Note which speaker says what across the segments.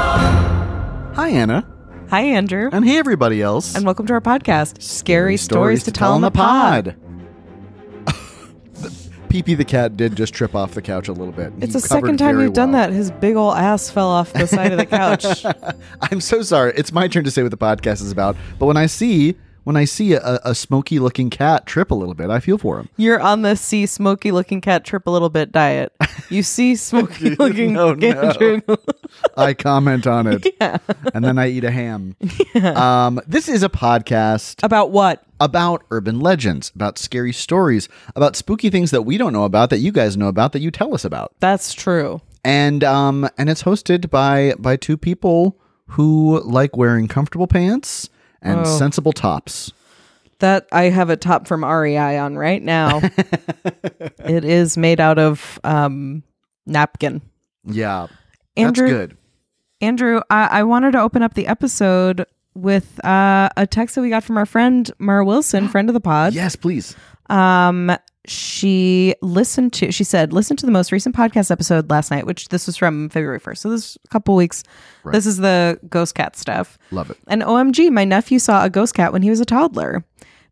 Speaker 1: Hi, Anna.
Speaker 2: Hi, Andrew.
Speaker 1: And hey, everybody else.
Speaker 2: And welcome to our podcast, Scary Stories, to Tell in the Pod.
Speaker 1: Pee Pee the cat did just trip off the couch a little bit.
Speaker 2: It's
Speaker 1: You
Speaker 2: the second
Speaker 1: covered
Speaker 2: time
Speaker 1: very
Speaker 2: you've done
Speaker 1: well.
Speaker 2: that. His big ol' ass fell off the side of the couch.
Speaker 1: I'm so sorry. It's my turn to say what the podcast is about. But when I see when I see a, a smoky looking cat trip a little bit, I feel for him.
Speaker 2: You're on the see smoky looking cat trip a little bit diet. You see smoky looking
Speaker 1: No, no.
Speaker 2: Andrew.
Speaker 1: I comment on it, and then I eat a ham. Um, this is a podcast
Speaker 2: About what?
Speaker 1: about urban legends, about scary stories, about spooky things that we don't know about, that you guys know about, that you tell us about.
Speaker 2: That's true.
Speaker 1: and um and it's hosted by by two people who like wearing comfortable pants and
Speaker 2: Oh.
Speaker 1: sensible tops.
Speaker 2: That I have a top from REI on right now. it is made out of um, napkin.
Speaker 1: Yeah,
Speaker 2: Andrew,
Speaker 1: that's good.
Speaker 2: Andrew, I, I wanted to open up the episode with uh, a text that we got from our friend Mara Wilson, friend of the pod.
Speaker 1: Yes, please.
Speaker 2: Um, she listened to. She said, "Listen to the most recent podcast episode last night, which this was from February first. So this is a couple weeks. This is the ghost cat stuff.
Speaker 1: Love it.
Speaker 2: And OMG, my nephew saw a ghost cat when he was a toddler.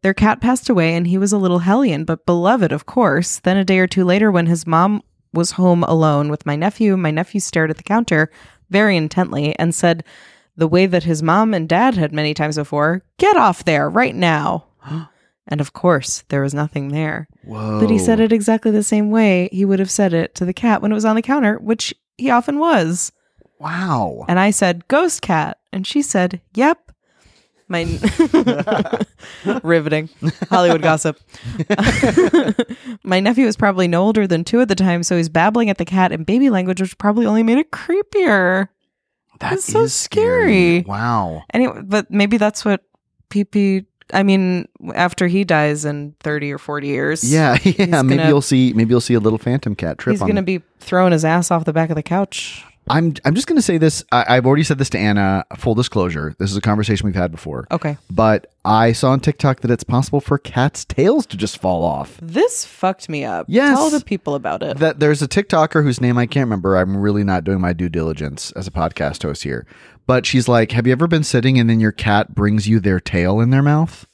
Speaker 2: Their cat passed away and he was a little hellion, but beloved, of course. Then a day or two later, when his mom was home alone with my nephew, my nephew stared at the counter very intently and said, the way that his mom and dad had many times before, get off there right now. and of course, there was nothing there.
Speaker 1: Whoa.
Speaker 2: But he said it exactly the same way he would have said it to the cat when it was on the counter, which he often was.
Speaker 1: Wow.
Speaker 2: And I said, Ghost cat. And she said, Yep. My riveting Hollywood gossip. My nephew was probably no older than two at the time, so he's babbling at the cat in baby language, which probably only made it creepier.
Speaker 1: That's
Speaker 2: it's so scary.
Speaker 1: Wow.
Speaker 2: Anyway, but maybe that's what PP. I mean, after he dies in thirty or forty years,
Speaker 1: Yeah, yeah. Maybe
Speaker 2: gonna-
Speaker 1: you'll see. Maybe you'll see a little phantom cat trip.
Speaker 2: he's
Speaker 1: on
Speaker 2: gonna be throwing his ass off the back of the couch.
Speaker 1: I'm. I'm just gonna say this. I, I've already said this to Anna. Full disclosure. This is a conversation we've had before.
Speaker 2: Okay,
Speaker 1: But I saw on TikTok that it's possible for cats' tails to just fall off.
Speaker 2: this fucked me up.
Speaker 1: Yes.
Speaker 2: tell the people about it.
Speaker 1: that there's a TikToker whose name I can't remember. I'm really not doing my due diligence as a podcast host here. But she's like, "Have you ever been sitting and then your cat brings you their tail in their mouth?"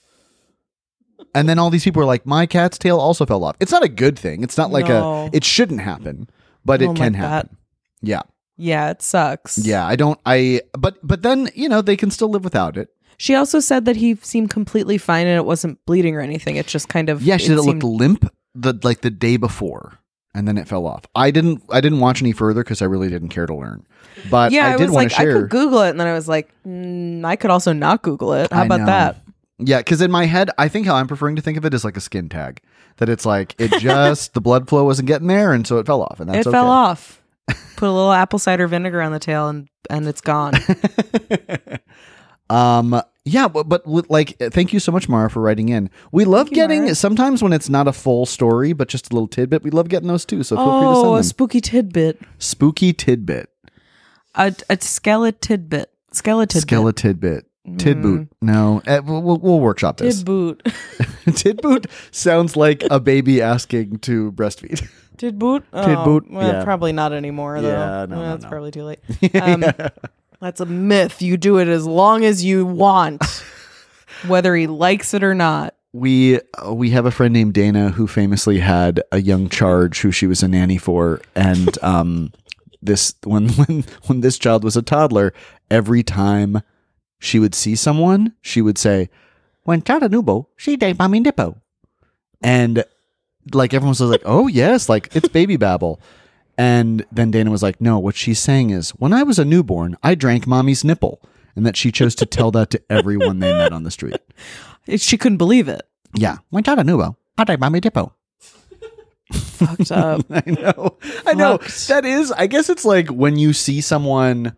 Speaker 1: And then all these people are like, "My cat's tail also fell off." It's not a good thing. It's not like
Speaker 2: No.
Speaker 1: a it shouldn't happen, but it
Speaker 2: Don't
Speaker 1: can
Speaker 2: like that.
Speaker 1: happen. Yeah.
Speaker 2: Oh Yeah, it sucks.
Speaker 1: Yeah, I don't I but but then, you know, they can still live without it.
Speaker 2: She also said that he seemed completely fine and it wasn't bleeding or anything. It's just kind of
Speaker 1: Yeah, she said it
Speaker 2: seemed-
Speaker 1: looked limp the like the day before, and then it fell off. I didn't I didn't watch any further because I really didn't care to learn. But
Speaker 2: yeah,
Speaker 1: I,
Speaker 2: I,
Speaker 1: did
Speaker 2: was
Speaker 1: want
Speaker 2: like,
Speaker 1: to share.
Speaker 2: I could Google it, and then I was like, mm, I could also not Google it. How
Speaker 1: I
Speaker 2: about
Speaker 1: know.
Speaker 2: that?
Speaker 1: Yeah, because in my head, I think how I'm preferring to think of it is like a skin tag. That it's like it just the blood flow wasn't getting there, and so it fell off, and that's
Speaker 2: it fell
Speaker 1: okay.
Speaker 2: off. Put a little apple cider vinegar on the tail, and and it's gone.
Speaker 1: Um, yeah, but but with, like, thank you so much, Mara, for writing in. We love getting sometimes when it's not a full story, but just a little tidbit. We love getting those too. So feel
Speaker 2: oh,
Speaker 1: free
Speaker 2: a
Speaker 1: to send them.
Speaker 2: spooky tidbit,
Speaker 1: Spooky tidbit,
Speaker 2: a a skeleton tidbit, Mm. skeleton
Speaker 1: skeleton tidbit, tidboot. No, eh, we'll, we'll, we'll workshop this.
Speaker 2: tidboot,
Speaker 1: tidboot sounds like a baby asking to breastfeed.
Speaker 2: Did boot? Oh,
Speaker 1: boot.
Speaker 2: Well,
Speaker 3: Yeah.
Speaker 2: Probably not anymore, though.
Speaker 3: Yeah, no,
Speaker 2: Well,
Speaker 3: no,
Speaker 2: that's
Speaker 3: no.
Speaker 2: probably too late. Um, That's a myth. You do it as long as you want, whether he likes it or not.
Speaker 1: we uh, we have a friend named Dana who famously had a young charge who she was a nanny for, and um, this when when when this child was a toddler, every time she would see someone, she would say, "When Chattanooga, she day mommy nippo," and like everyone was like, "Oh yes, like it's baby babble." And then Dana was like, "No, what she's saying is, when I was a newborn, I drank mommy's nipple." And that she chose to tell that to everyone they met on the street.
Speaker 2: It- She couldn't believe it.
Speaker 1: Yeah, went out a nubo. I did mommy dippo.
Speaker 2: Fucked up.
Speaker 1: I know, I know.
Speaker 2: Fucked.
Speaker 1: That is, I guess it's like when you see someone,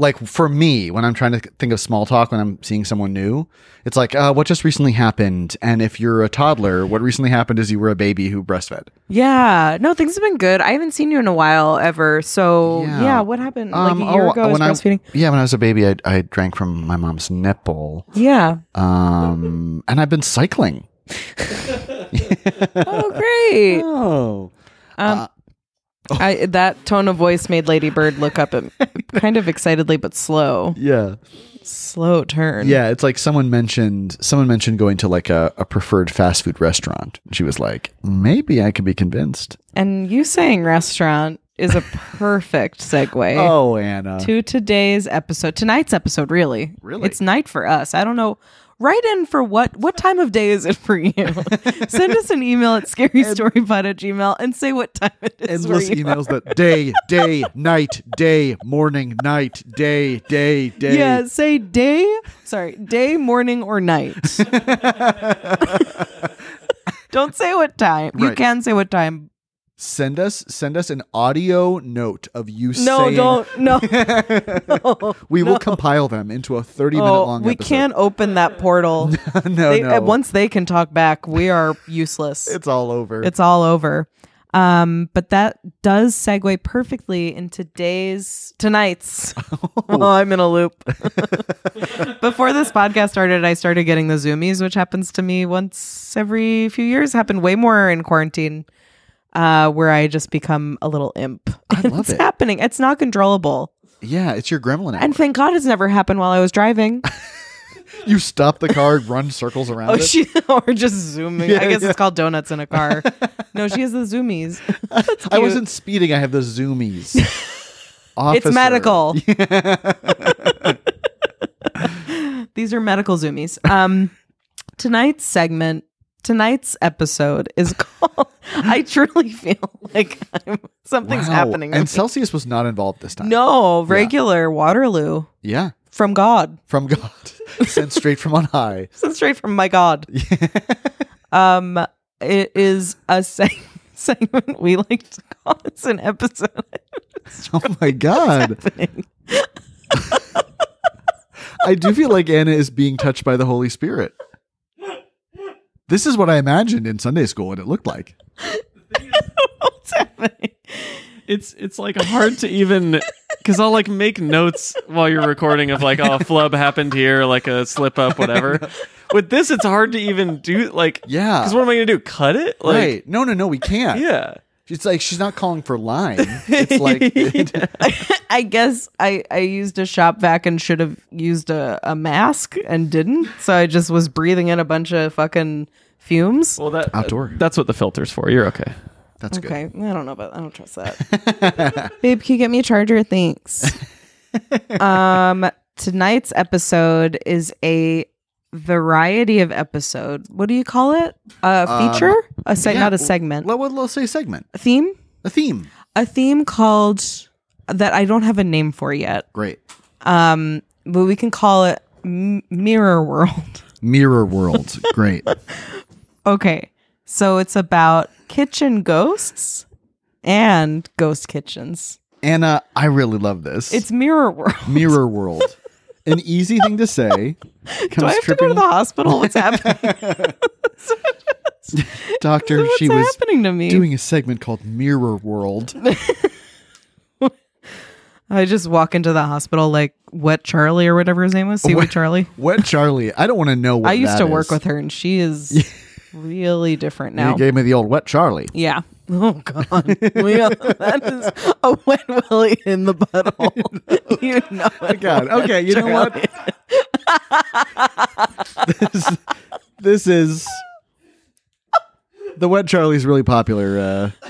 Speaker 1: like for me, when I'm trying to think of small talk, when I'm seeing someone new, it's like, uh, what just recently happened? And if you're a toddler, what recently happened is you were a baby who breastfed.
Speaker 2: Yeah. No, things have been good. I haven't seen you in a while ever. So yeah,
Speaker 1: Yeah. oh,
Speaker 2: what happened? like a year ago, I was
Speaker 1: Um, when I
Speaker 2: breastfeeding.
Speaker 1: yeah, when I was a baby, I, I drank from my mom's nipple,
Speaker 2: Yeah.
Speaker 1: um, and I've been cycling.
Speaker 2: Oh, great.
Speaker 3: Oh.
Speaker 2: I, that tone of voice made Lady Bird look up at kind of excitedly, but slow.
Speaker 1: Yeah.
Speaker 2: Slow turn.
Speaker 1: Yeah, it's like someone mentioned someone mentioned going to like a, a preferred fast food restaurant. She was like, maybe I could be convinced.
Speaker 2: And you saying restaurant is a perfect segue.
Speaker 1: Oh, Anna.
Speaker 2: to today's episode tonight's episode really
Speaker 1: Really?
Speaker 2: it's night for us i don't know write in for what what time of day is it for you send us an email at scarystorypod at gmail and say what time it is for
Speaker 1: Endless
Speaker 2: you.
Speaker 1: emails that day, day, night, day, morning, night, day, day, day.
Speaker 2: yeah say day sorry day morning or night don't say what time you
Speaker 1: Right.
Speaker 2: can say what time
Speaker 1: Send us send us an audio note of you
Speaker 2: no
Speaker 1: saying
Speaker 2: don't no
Speaker 1: we will compile them into a 30 minute
Speaker 2: oh,
Speaker 1: long
Speaker 2: we
Speaker 1: episode.
Speaker 2: can't open that portal
Speaker 1: can't no,
Speaker 2: They-
Speaker 1: Oh, no.
Speaker 2: uh, once they can talk back we are useless
Speaker 1: it's all over.
Speaker 2: It's all over. Um, but that does segue perfectly in today's tonight's. Oh, I'm in a loop. Before this podcast started, I started getting the zoomies, which happens to me once every few years. Happened way more in quarantine, uh, where I just become a little imp.
Speaker 1: I
Speaker 2: And
Speaker 1: love
Speaker 2: it's
Speaker 1: it.
Speaker 2: happening. It's not controllable.
Speaker 1: yeah, it's your gremlin hour.
Speaker 2: And thank God it's never happened while I was driving.
Speaker 1: you stop the car, run circles around
Speaker 2: Oh,
Speaker 1: it.
Speaker 2: she or just zooming. I
Speaker 1: Yeah,
Speaker 2: guess
Speaker 1: yeah.
Speaker 2: it's called donuts in a car. no, she has the zoomies.
Speaker 1: I wasn't speeding. I have the zoomies. Officer.
Speaker 2: It's medical. These are medical zoomies. Um, tonight's segment, tonight's episode is called. I truly feel like I'm, something's
Speaker 1: Wow.
Speaker 2: happening. to
Speaker 1: And
Speaker 2: me.
Speaker 1: Celsius was not involved this time.
Speaker 2: no, regular Waterloo
Speaker 1: Yeah.
Speaker 2: from God,
Speaker 1: From God. Sent straight from on high.
Speaker 2: This is straight from my God. um, it is a seg- segment we like to call. It's an episode.
Speaker 1: Oh my God. I do feel like Anna is being touched by the Holy Spirit. This is what I imagined in Sunday school what it looked like.
Speaker 2: What's happening?
Speaker 3: It's it's like hard to even because I'll like make notes while you're recording of like oh a flub happened here like a slip up whatever. With this, it's hard to even do like
Speaker 1: Yeah.
Speaker 3: Because what am I gonna do? Cut it? Like,
Speaker 1: right. No, no, no, we can't.
Speaker 3: Yeah.
Speaker 1: It's like she's not calling for lying. It's like
Speaker 2: I guess I, I used a shop vac and should have used a, a mask and didn't. So I just was breathing in a bunch of fucking fumes.
Speaker 3: Well, that
Speaker 1: Outdoor.
Speaker 3: That's what the filter's for. You're okay.
Speaker 1: that's good.
Speaker 2: okay. I don't know about I don't trust that. Babe, can you get me a charger? Thanks. um tonight's episode is a variety of episode. What do you call it? A feature? a seg-
Speaker 1: Um, Yeah.
Speaker 2: not a segment.
Speaker 1: Let, let, let's say segment.
Speaker 2: a theme?
Speaker 1: A theme.
Speaker 2: A theme called that I don't have a name for yet.
Speaker 1: Great.
Speaker 2: um but we can call it m- mirror world
Speaker 1: Mirror world. Great.
Speaker 2: okay so it's about kitchen ghosts and ghost kitchens
Speaker 1: Anna, I really love this.
Speaker 2: it's mirror world
Speaker 1: Mirror World. An easy thing to say. Comes
Speaker 2: do i have to go to the hospital what's happening
Speaker 1: doctor.
Speaker 2: what's
Speaker 1: She was
Speaker 2: happening to me
Speaker 1: doing a segment called Mirror World.
Speaker 2: i just walk into the hospital like wet charlie or whatever his name was see what charlie
Speaker 1: What Charlie? I don't want to know what
Speaker 2: i used
Speaker 1: that
Speaker 2: to work
Speaker 1: is.
Speaker 2: with her and she is really different now
Speaker 1: You gave me the old wet Charlie.
Speaker 2: yeah Oh God! We all- that is a wet willy in the butthole. you know it.
Speaker 1: God. Okay, you know what? this, this is the wet Charlie's really popular. Uh,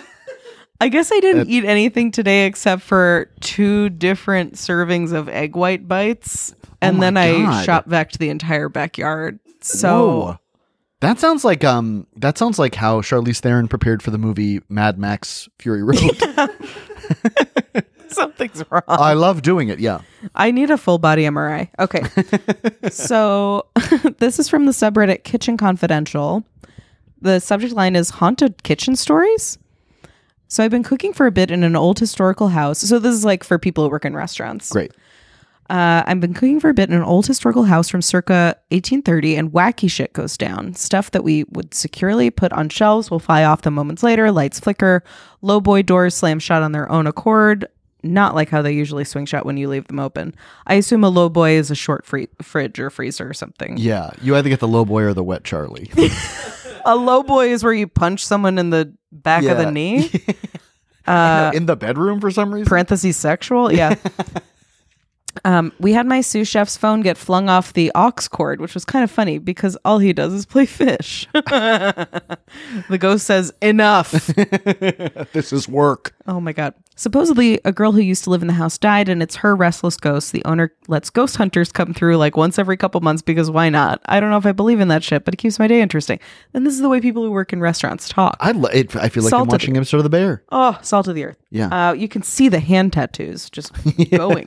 Speaker 2: I guess I didn't eat anything today except for two different servings of egg white bites,
Speaker 1: Oh
Speaker 2: and
Speaker 1: my
Speaker 2: then
Speaker 1: God.
Speaker 2: I shop vacked the entire backyard. So
Speaker 1: whoa. that sounds like um that sounds like how Charlize Theron prepared for the movie Mad Max Fury Road.
Speaker 2: something's wrong.
Speaker 1: I love doing it. Yeah.
Speaker 2: I need a full body MRI. Okay. so this is from the subreddit Kitchen Confidential. The subject line is haunted kitchen stories. So I've been cooking for a bit in an old historical house. So this is like for people who work in restaurants.
Speaker 1: Great.
Speaker 2: Uh, I've been cooking for a bit in an old historical house from circa 1830, and wacky shit goes down. Stuff that we would securely put on shelves will fly off them moments later. Lights flicker, low boy doors slam shut on their own accord. Not like how they usually swing shut when you leave them open. I assume a low boy is a short free- fridge or freezer or something.
Speaker 1: Yeah. You either get the low boy or the wet Charlie.
Speaker 2: A low boy is where you punch someone in the back of
Speaker 1: Yeah.
Speaker 2: the knee. Uh,
Speaker 1: In the bedroom for some reason.
Speaker 2: parentheses sexual yeah um, we had my sous chef's phone get flung off the aux cord which was kind of funny because all he does is play fish the ghost says enough
Speaker 1: This is work.
Speaker 2: oh my god supposedly a girl who used to live in the house died and it's her restless ghost the owner lets ghost hunters come through like once every couple months because why not i don't know if i believe in that shit but it keeps my day interesting and this is the way people who work in restaurants talk
Speaker 1: I lo- it, I feel like I'm
Speaker 2: Salted.
Speaker 1: watching episode of the bear.
Speaker 2: oh salt of the earth
Speaker 1: Yeah.
Speaker 2: uh, you can see the hand tattoos just going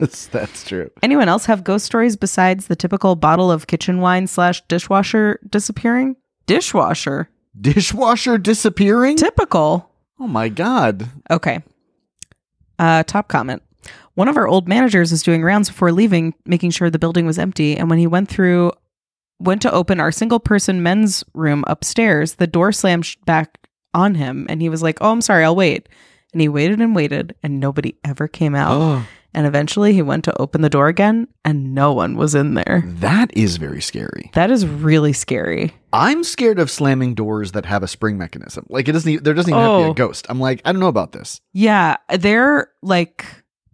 Speaker 1: Yes, that's true.
Speaker 2: Anyone else have ghost stories besides the typical bottle of kitchen wine slash dishwasher disappearing? Dishwasher?
Speaker 1: Dishwasher disappearing?
Speaker 2: Typical.
Speaker 1: Oh my god.
Speaker 2: Okay. Uh, top comment. One of our old managers was doing rounds before leaving, making sure the building was empty. And when he went through, went to open our single person men's room upstairs, the door slammed sh- back on him. And he was like, Oh, I'm sorry, I'll wait. And he waited and waited, and nobody ever came out.
Speaker 1: Oh,
Speaker 2: And eventually he went to open the door again, and no one was in there.
Speaker 1: that is very scary.
Speaker 2: That is really scary.
Speaker 1: I'm scared of slamming doors that have a spring mechanism. Like it doesn't. e- There doesn't even have to be
Speaker 2: Oh.
Speaker 1: a ghost. I'm like, I don't know about this.
Speaker 2: Yeah, they're like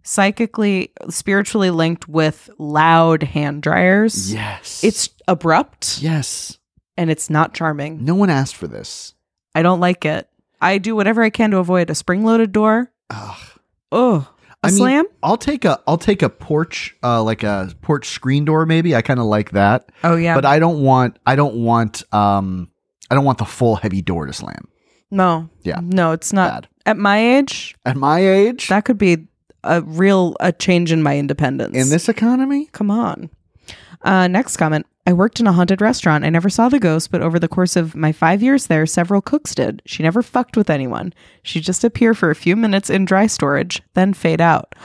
Speaker 2: psychically, spiritually linked with loud hand dryers.
Speaker 1: Yes.
Speaker 2: It's abrupt
Speaker 1: yes.
Speaker 2: and it's not charming.
Speaker 1: No one asked for this.
Speaker 2: I don't like it. I do whatever I can to avoid a spring loaded door.
Speaker 1: Ugh.
Speaker 2: Oh,
Speaker 1: I
Speaker 2: a
Speaker 1: mean,
Speaker 2: slam?
Speaker 1: I'll take a. I'll take a porch. Uh, like a porch screen door. Maybe I kind of like that.
Speaker 2: Oh, yeah.
Speaker 1: But I don't want. I don't want. Um. I don't want the full heavy door to slam.
Speaker 2: no.
Speaker 1: Yeah.
Speaker 2: No, it's not.
Speaker 1: Bad.
Speaker 2: At my age,
Speaker 1: At my age,
Speaker 2: that could be a real a change in my independence.
Speaker 1: in this economy,
Speaker 2: Come on. Uh, next comment. I worked in a haunted restaurant. I never saw the ghost, but over the course of my five years there, several cooks did. She never fucked with anyone. She just appear for a few minutes in dry storage, then fade out.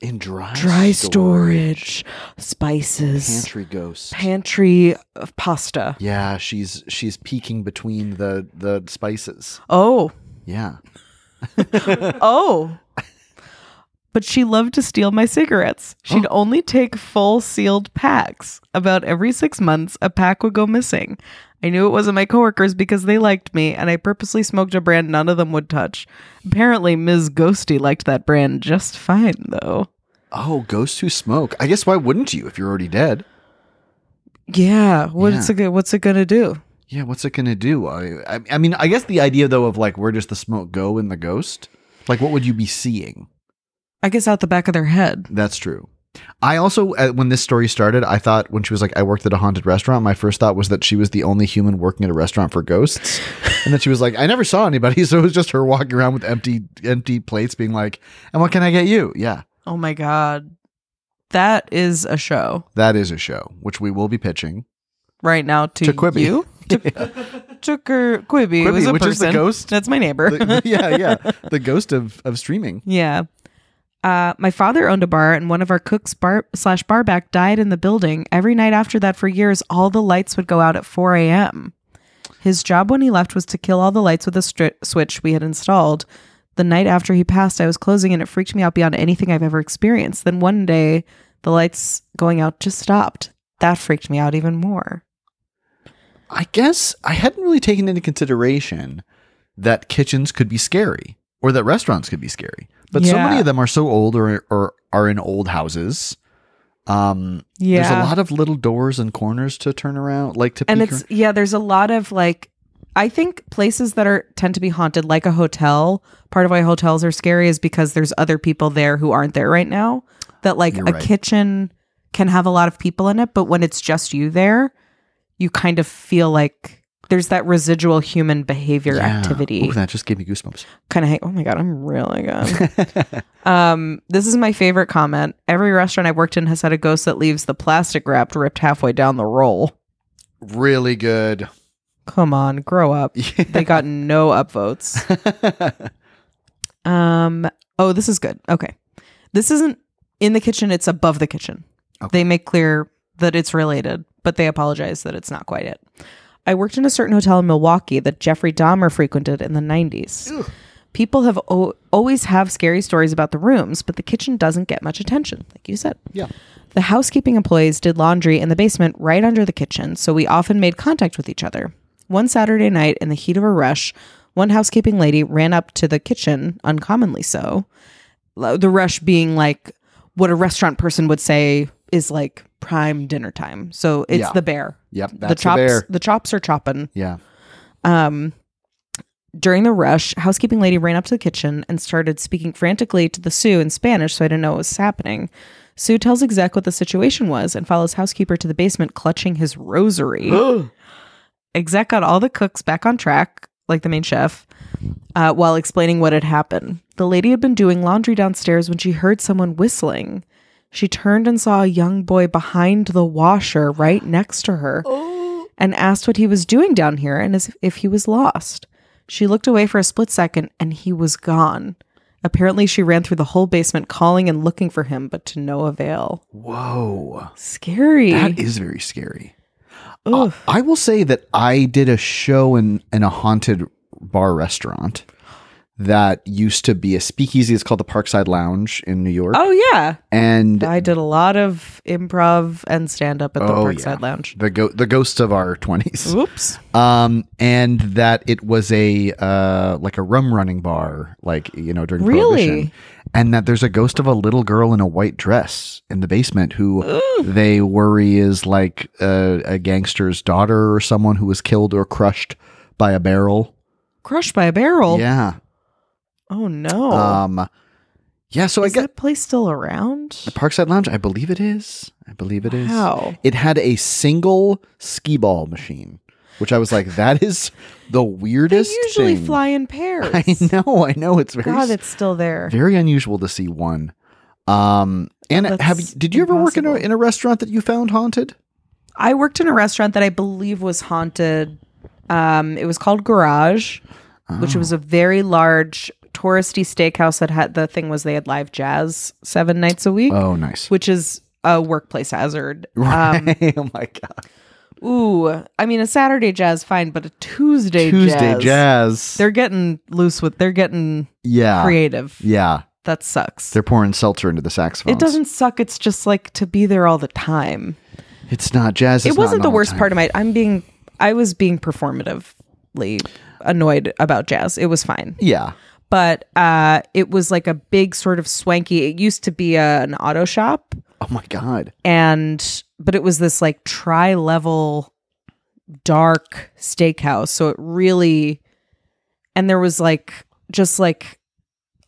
Speaker 1: in dry
Speaker 2: Dry
Speaker 1: store,
Speaker 2: storage, spices,
Speaker 1: pantry ghost.
Speaker 2: pantry, of pasta.
Speaker 1: yeah, she's she's peeking between the the spices.
Speaker 2: Oh,
Speaker 1: Yeah.
Speaker 2: oh. But she loved to steal my cigarettes. She'd only take full sealed packs. About every six months, a pack would go missing. I knew it wasn't my coworkers because they liked me, and I purposely smoked a brand none of them would touch. Apparently, Ms. Ghosty liked that brand just fine, though.
Speaker 1: Oh, ghosts who smoke. I guess why wouldn't you if you're already dead?
Speaker 2: Yeah, what's
Speaker 1: Yeah.
Speaker 2: it? go- What's it gonna do?
Speaker 1: Yeah, what's it gonna do? I, I, I mean, I guess the idea though of like where does the smoke go in the ghost? Like, what would you be seeing?
Speaker 2: I guess out the back of their head.
Speaker 1: That's true. I also, uh, when this story started, I thought when she was like, I worked at a haunted restaurant, my first thought was that she was the only human working at a restaurant for ghosts. and then she was like, I never saw anybody. So it was just her walking around with empty, empty plates being like, and what can I get you? Yeah,
Speaker 2: Oh my god, that is a show
Speaker 1: that is a show, which we will be pitching.
Speaker 2: right now to,
Speaker 1: To Quibi.
Speaker 2: you. Tucker Quibby,
Speaker 1: Quibi,
Speaker 2: was a
Speaker 1: which
Speaker 2: person.
Speaker 1: is the ghost?
Speaker 2: That's my neighbor.
Speaker 1: The- yeah, yeah. The ghost of, of streaming.
Speaker 2: Yeah. Uh, my father owned a bar, and one of our cooks bar slash barback died in the building. Every night after that, for years, all the lights would go out at 4 a.m. His job when he left was to kill all the lights with a stri- switch we had installed. The night after he passed, I was closing, and it freaked me out beyond anything I've ever experienced. Then one day, the lights going out just stopped. That freaked me out even more.
Speaker 1: I guess I hadn't really taken into consideration that kitchens could be scary or that restaurants could be scary. But so
Speaker 2: Yeah.
Speaker 1: many of them are so old or, or are in old houses. Um,
Speaker 2: Yeah.
Speaker 1: There's a lot of little doors and corners to turn around, like to
Speaker 2: and
Speaker 1: peek
Speaker 2: it's yeah there's a lot of like i think places that are tend to be haunted like a hotel part of why hotels are scary is because there's other people there who aren't there right now that like
Speaker 1: You're
Speaker 2: a
Speaker 1: right.
Speaker 2: kitchen can have a lot of people in it but when it's just you there you kind of feel like there's that residual human behavior
Speaker 1: Yeah.
Speaker 2: activity
Speaker 1: Ooh, that just gave me goosebumps.
Speaker 2: kind of hang- oh my god i'm really good um this is my favorite comment every restaurant i've worked in has had a ghost that leaves the plastic wrap ripped halfway down the roll
Speaker 1: Really good.
Speaker 2: come on grow up they got no upvotes um oh this is good okay this isn't in the kitchen it's above the kitchen
Speaker 1: Okay.
Speaker 2: they make clear that it's related but they apologize that it's not quite it i worked in a certain hotel in milwaukee that jeffrey dahmer frequented in the 90s people have o- always have scary stories about the rooms but the kitchen doesn't get much attention like you said
Speaker 1: Yeah.
Speaker 2: the housekeeping employees did laundry in the basement right under the kitchen, so we often made contact with each other. One Saturday night, in the heat of a rush, one housekeeping lady ran up to the kitchen, uncommonly so. Lo- The rush being like what a restaurant person would say is like prime dinner time. So it's
Speaker 1: Yeah.
Speaker 2: the bear.
Speaker 1: Yep. That's
Speaker 2: the chops
Speaker 1: bear.
Speaker 2: the chops are chopping.
Speaker 1: Yeah.
Speaker 2: Um, during the rush, housekeeping lady ran up to the kitchen and started speaking frantically to the Sue in Spanish, so I didn't know what was happening. Sue tells exec what the situation was and follows housekeeper to the basement, clutching his rosary. exec got all the cooks back on track, like the main chef, uh, while explaining what had happened. The lady had been doing laundry downstairs when she heard someone whistling. She turned and saw a young boy behind the washer right next to her
Speaker 1: Oh,
Speaker 2: and asked what he was doing down here and as if he was lost. She looked away for a split second and he was gone. Apparently, she ran through the whole basement calling and looking for him, but to no avail.
Speaker 1: Whoa.
Speaker 2: Scary.
Speaker 1: That is very scary. Uh,
Speaker 2: Oof.
Speaker 1: I will say that I did a show in, in a haunted bar restaurant that used to be a speakeasy. It's called the Parkside Lounge in New York.
Speaker 2: oh, yeah.
Speaker 1: and
Speaker 2: I did a lot of improv and stand up at the
Speaker 1: Oh,
Speaker 2: Parkside
Speaker 1: yeah.
Speaker 2: Lounge.
Speaker 1: the go- the ghosts of our 20s.
Speaker 2: Oops.
Speaker 1: um, and that it was a uh, like a rum running bar, like you know during
Speaker 2: Really?
Speaker 1: prohibition, and that there's a ghost of a little girl in a white dress in the basement who they worry is like a, a gangster's daughter or someone who was killed or crushed by a barrel.
Speaker 2: Crushed by a barrel.
Speaker 1: Yeah.
Speaker 2: Oh, no.
Speaker 1: Um. Yeah. So
Speaker 2: is
Speaker 1: I got
Speaker 2: that place still around?
Speaker 1: the Parkside Lounge. I believe it is. I believe it is.
Speaker 2: Wow.
Speaker 1: It had a single skee ball machine, which I was like, that is the
Speaker 2: They
Speaker 1: weirdest.
Speaker 2: usually
Speaker 1: thing.
Speaker 2: fly in pairs.
Speaker 1: I know, I know. It's very,
Speaker 2: God, it's still there.
Speaker 1: very unusual to see one. Um, and
Speaker 2: That's
Speaker 1: have you- did you ever work in a,
Speaker 2: impossible.
Speaker 1: in a restaurant that you found haunted?
Speaker 2: I worked in a restaurant that I believe was haunted. Um, it was called Garage, which was a
Speaker 1: Oh.
Speaker 2: very large touristy steakhouse that had the thing was they had live jazz seven nights a week,
Speaker 1: Oh, nice.
Speaker 2: which is a workplace hazard. Um,
Speaker 1: oh my god.
Speaker 2: ooh, I mean a Saturday jazz fine, but a Tuesday
Speaker 1: Tuesday jazz.
Speaker 2: They're getting loose with. They're getting
Speaker 1: yeah.
Speaker 2: creative.
Speaker 1: Yeah.
Speaker 2: That sucks.
Speaker 1: They're pouring seltzer into the saxophones.
Speaker 2: It doesn't suck. It's just like to be there all the time.
Speaker 1: It's not jazz.
Speaker 2: it wasn't the worst part of my i'm being i was being performatively annoyed about jazz it was fine
Speaker 1: Yeah.
Speaker 2: but uh it was like a big sort of swanky it used to be a, an auto shop
Speaker 1: Oh my god.
Speaker 2: and but it was this like tri-level dark steakhouse so it really and there was like just like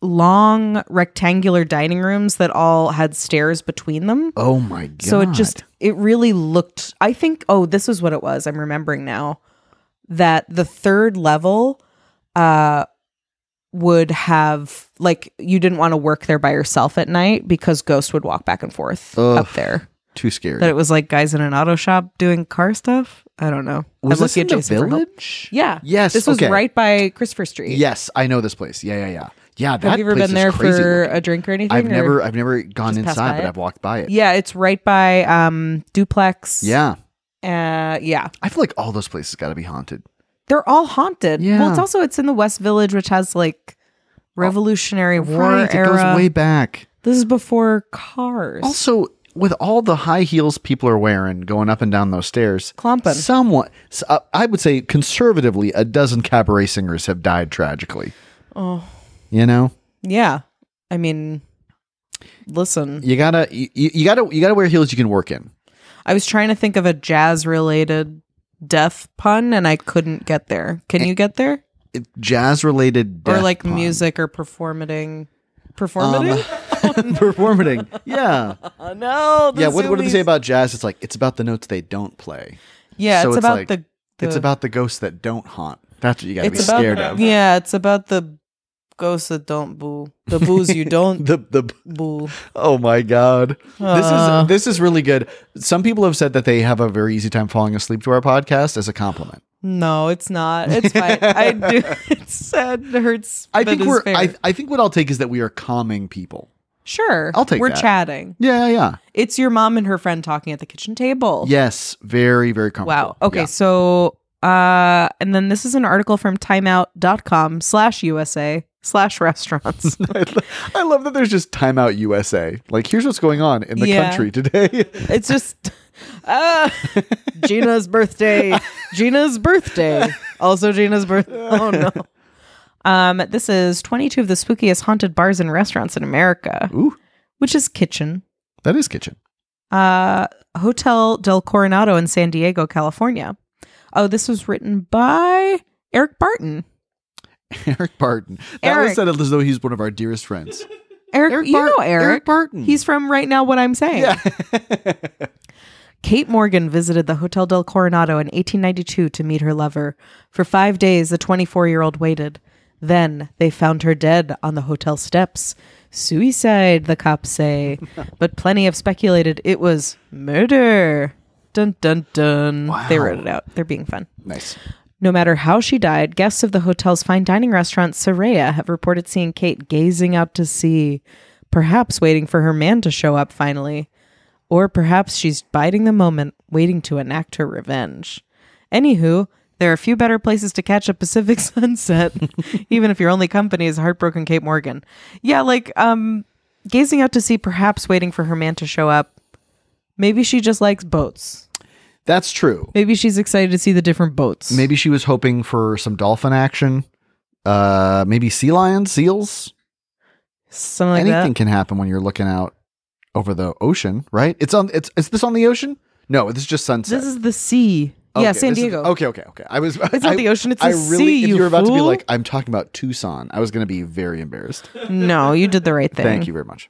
Speaker 2: long rectangular dining rooms that all had stairs between them
Speaker 1: Oh my god.
Speaker 2: so it just it really looked I think oh this is what it was I'm remembering now that the third level uh would have like you didn't want to work there by yourself at night because ghosts would walk back and forth
Speaker 1: Ugh.
Speaker 2: up there
Speaker 1: too scary.
Speaker 2: that it was like guys in an auto shop doing car stuff I don't know
Speaker 1: was
Speaker 2: I'm
Speaker 1: this
Speaker 2: looking
Speaker 1: in
Speaker 2: at
Speaker 1: the
Speaker 2: Jason for help.
Speaker 1: village?
Speaker 2: Yeah
Speaker 1: Yes,
Speaker 2: this was
Speaker 1: okay.
Speaker 2: right by Christopher Street
Speaker 1: Yes, I know this place. Yeah, yeah, yeah. Yeah, that
Speaker 2: have you ever
Speaker 1: place
Speaker 2: been there
Speaker 1: is crazy
Speaker 2: for
Speaker 1: looking.
Speaker 2: a drink or anything
Speaker 1: I've
Speaker 2: or-
Speaker 1: never I've never gone
Speaker 2: Just passed by
Speaker 1: inside, but
Speaker 2: it?
Speaker 1: I've walked by it.
Speaker 2: yeah it's right by um duplex
Speaker 1: Yeah.
Speaker 2: uh yeah
Speaker 1: I feel like all those places got to be haunted.
Speaker 2: they're all haunted.
Speaker 1: Yeah.
Speaker 2: Well, it's also it's in the West Village, which has like Revolutionary War
Speaker 1: Right,
Speaker 2: era.
Speaker 1: It goes way back.
Speaker 2: this is before cars.
Speaker 1: Also, with all the high heels people are wearing going up and down those stairs,
Speaker 2: Clomping.
Speaker 1: Someone, s- uh, I would say conservatively, a dozen cabaret singers have died tragically.
Speaker 2: Oh.
Speaker 1: You know,
Speaker 2: Yeah. I mean, listen,
Speaker 1: you gotta, you, you you gotta, you gotta wear heels you can work in.
Speaker 2: I was trying to think of a jazz related death pun and I couldn't get there. Can you get there?
Speaker 1: Jazz related,
Speaker 2: or like music or performing. Performative?
Speaker 1: performing. Um, Yeah,
Speaker 2: Oh, no. the
Speaker 1: yeah. What, what do they
Speaker 2: zoomies.
Speaker 1: say about jazz? It's like it's about the notes they don't play.
Speaker 2: Yeah,
Speaker 1: so
Speaker 2: it's,
Speaker 1: it's
Speaker 2: about
Speaker 1: like-
Speaker 2: the, the.
Speaker 1: It's about the ghosts that don't haunt. That's what you gotta be
Speaker 2: It's about-
Speaker 1: scared of.
Speaker 2: Yeah, it's about the ghosts that don't boo. The boos you don't
Speaker 1: The the
Speaker 2: boo.
Speaker 1: oh my god. This
Speaker 2: Uh.
Speaker 1: is this is really good. Some people have said that they have a very easy time falling asleep to our podcast as a compliment.
Speaker 2: No, it's not. It's fine. I do. It's sad. It hurts.
Speaker 1: I
Speaker 2: but
Speaker 1: think
Speaker 2: it's
Speaker 1: we're
Speaker 2: fair.
Speaker 1: I, I think what I'll take is that we are calming people.
Speaker 2: sure.
Speaker 1: I'll take
Speaker 2: We're
Speaker 1: that.
Speaker 2: chatting.
Speaker 1: Yeah, yeah.
Speaker 2: It's your mom and her friend talking at the kitchen table.
Speaker 1: Yes, very very comfortable.
Speaker 2: Wow. Okay.
Speaker 1: Yeah.
Speaker 2: So, uh, and then this is an article from timeout.com slash USA slash restaurants.
Speaker 1: I lo- I love that there's just timeout USA. Like here's what's going on in the
Speaker 2: Yeah.
Speaker 1: country today.
Speaker 2: it's just, uh, Gina's birthday. Gina's birthday. Also, Gina's birthday. Oh, no. Um, this is 22 of the spookiest haunted bars and restaurants in America,
Speaker 1: Ooh,
Speaker 2: which is kitchen.
Speaker 1: that is kitchen.
Speaker 2: uh, Hotel del Coronado in San Diego, California. Oh, this was written by Eric Barton.
Speaker 1: Eric Barton. That was
Speaker 2: Eric.
Speaker 1: said as though he's one of our dearest friends.
Speaker 2: Eric, you
Speaker 1: Bart-
Speaker 2: know Eric.
Speaker 1: Barton.
Speaker 2: He's from right now. What I'm saying.
Speaker 1: yeah.
Speaker 2: Kate Morgan visited the Hotel del Coronado in 1892 to meet her lover. For five days, the 24 year old waited. Then they found her dead on the hotel steps. Suicide, the cops say, but plenty have speculated it was murder. Dun dun dun. They wrote it out. They're being fun.
Speaker 1: nice.
Speaker 2: No matter how she died, guests of the hotel's fine dining restaurant Soraya have reported seeing Kate gazing out to sea, perhaps waiting for her man to show up finally. Or perhaps she's biding the moment, waiting to enact her revenge. Anywho, there are few better places to catch a Pacific sunset, even if your only company is heartbroken Kate Morgan. Yeah, like um gazing out to sea, perhaps waiting for her man to show up. Maybe she just likes boats.
Speaker 1: That's true.
Speaker 2: Maybe she's excited to see the different boats.
Speaker 1: Maybe she was hoping for some dolphin action. Uh, maybe sea lions, seals.
Speaker 2: something like that.
Speaker 1: Anything can happen when you're looking out over the ocean, right? It's on. It's is this on the ocean? No, this is just sunset.
Speaker 2: This is the sea.
Speaker 1: Okay,
Speaker 2: yeah, San
Speaker 1: this is-
Speaker 2: Diego.
Speaker 1: okay, okay, okay. I was.
Speaker 2: It's not the ocean, it's
Speaker 1: I
Speaker 2: the
Speaker 1: really,
Speaker 2: sea,
Speaker 1: If
Speaker 2: you
Speaker 1: were about to be
Speaker 2: fool.
Speaker 1: like, I'm talking about Tucson, I was going to be very embarrassed.
Speaker 2: No, you did the right thing.
Speaker 1: Thank you very much.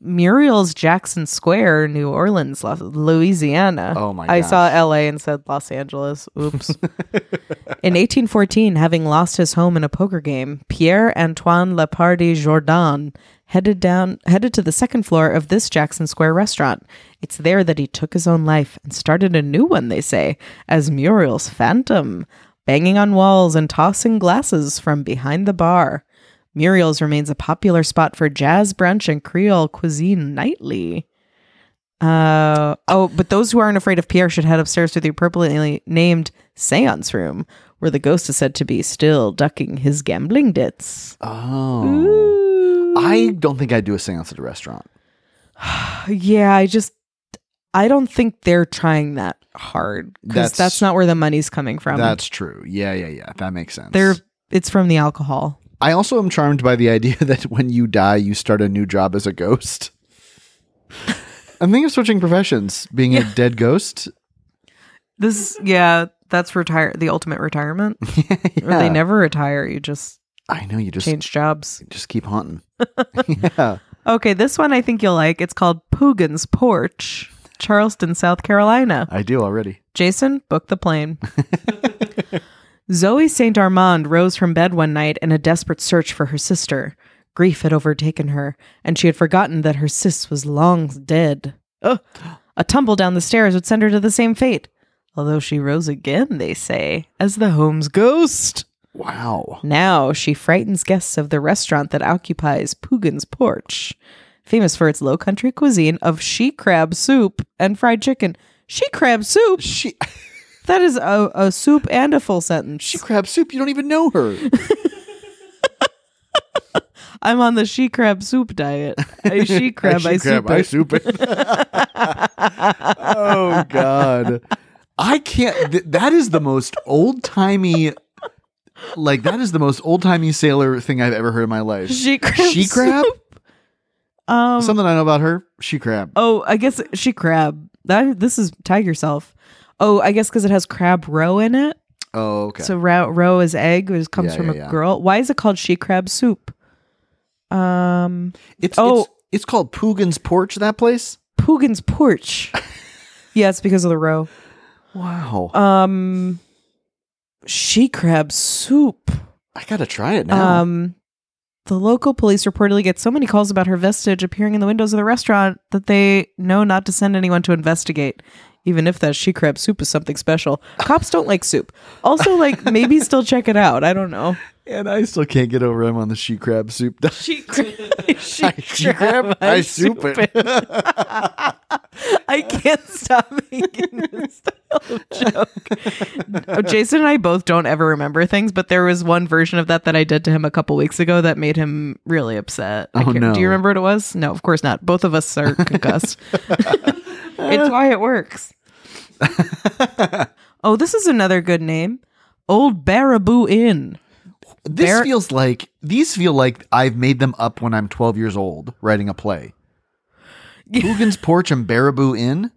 Speaker 2: Muriel's Jackson Square, New Orleans, Lo- Louisiana.
Speaker 1: Oh my
Speaker 2: I
Speaker 1: gosh.
Speaker 2: saw LA and said Los Angeles. Oops. in 1814, having lost his home in a poker game, Pierre Antoine Lepardi Jordan headed down headed to the second floor of this Jackson Square restaurant. It's there that he took his own life and started a new one, they say, as Muriel's phantom, banging on walls and tossing glasses from behind the bar. Muriel's remains a popular spot for jazz brunch and Creole cuisine nightly. Uh, oh, but those who aren't afraid of Pierre should head upstairs to the appropriately named seance room, where the ghost is said to be still ducking his gambling debts.
Speaker 1: Oh, I don't think I'd do a seance at a restaurant.
Speaker 2: Yeah, I just, I don't think they're trying that hard because
Speaker 1: That's-
Speaker 2: that's, not where the money's coming from.
Speaker 1: That's true. Yeah, yeah, yeah. That makes sense.
Speaker 2: They're, it's from the alcohol.
Speaker 1: I also am charmed by the idea that when you die, you start a new job as a ghost. I'm thinking of switching professions, being a dead ghost.
Speaker 2: This, yeah, that's retire, the ultimate retirement. Or
Speaker 1: Yeah.
Speaker 2: they never retire. You just
Speaker 1: I know you just
Speaker 2: change jobs.
Speaker 1: just keep haunting. yeah,
Speaker 2: Okay, this one I think you'll like. It's called Pugin's Porch, Charleston, South Carolina.
Speaker 1: I do already.
Speaker 2: Jason, book the plane. Zoe St. Armand rose from bed one night in a desperate search for her sister. Grief had overtaken her, and she had forgotten that her sis was long dead. Ugh. A tumble down the stairs would send her to the same fate. Although she rose again, they say, as the home's ghost.
Speaker 1: Wow.
Speaker 2: Now she frightens guests of the restaurant that occupies Pugin's porch, famous for its low country cuisine of she crab soup and fried chicken. She crab soup?
Speaker 1: She
Speaker 2: That is a, a soup and a full sentence.
Speaker 1: she crab soup. You don't even know her.
Speaker 2: I'm on the she crab soup diet. I she crab, I,
Speaker 1: She
Speaker 2: soup. it.
Speaker 1: soup. it. oh god i can't th- that is the most old-timey like that is the most old-timey sailor thing i've ever heard in my life
Speaker 2: she crab.
Speaker 1: she crab
Speaker 2: Um,
Speaker 1: something i know about her she crab
Speaker 2: Oh, I guess she crab. That this is tag yourself. Oh, I guess because it has crab roe in it.
Speaker 1: oh okay
Speaker 2: So roe, roe is egg, which comes
Speaker 1: Yeah,
Speaker 2: from
Speaker 1: yeah,
Speaker 2: a
Speaker 1: yeah.
Speaker 2: girl. Why is it called she crab soup? Um,
Speaker 1: it's,
Speaker 2: oh.
Speaker 1: it's it's called Pugin's Porch, that place.
Speaker 2: Pugin's porch. yeah, it's because of the roe.
Speaker 1: Wow.
Speaker 2: Um, she crab soup.
Speaker 1: I got to try it now.
Speaker 2: Um, the local police reportedly get so many calls about her vestige appearing in the windows of the restaurant that they know not to send anyone to investigate, even if that she crab soup is something special. Cops don't like soup. Also, like maybe still check it out. I don't know.
Speaker 1: and I still can't get over him on the she crab soup.
Speaker 2: She crab, she,
Speaker 1: she crab, I soup it.
Speaker 2: I can't stop making this style joke. Oh, Jason and I both don't ever remember things, but there was one version of that that I did to him a couple weeks ago that made him really upset. I
Speaker 1: Oh,
Speaker 2: can't-
Speaker 1: no.
Speaker 2: Do you remember what it was? No, of course not. Both of us are concussed. it's why it works. oh, this is another good name. Old Baraboo Inn.
Speaker 1: This
Speaker 2: There-
Speaker 1: feels like these feel like I've made them up when I'm 12 years old writing a play. Pugin's Porch and Baraboo Inn.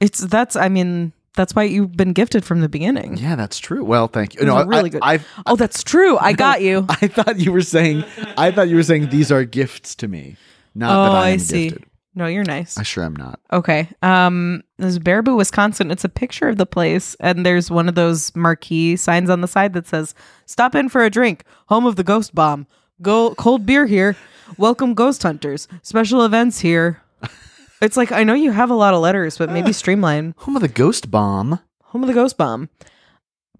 Speaker 2: It's that's I mean, that's why you've been gifted from the beginning.
Speaker 1: Yeah, that's true. Well, thank you.
Speaker 2: Those
Speaker 1: No, I-
Speaker 2: are really
Speaker 1: I,
Speaker 2: good.
Speaker 1: I've,
Speaker 2: oh, that's true. I got you.
Speaker 1: I thought you were saying. I thought you were saying these are gifts to me. Not
Speaker 2: oh,
Speaker 1: that I,
Speaker 2: I,
Speaker 1: am
Speaker 2: see.
Speaker 1: Gifted.
Speaker 2: No, you're nice.
Speaker 1: I sure am not.
Speaker 2: Okay. Um, there's Baraboo, Wisconsin. It's a picture of the place, and there's one of those marquee signs on the side that says, "Stop in for a drink. Home of the ghost bomb. Go cold beer here. Welcome ghost hunters. Special events here." It's like I know you have a lot of letters, but maybe streamline.
Speaker 1: Home of the Ghost Bomb.
Speaker 2: Home of the Ghost Bomb.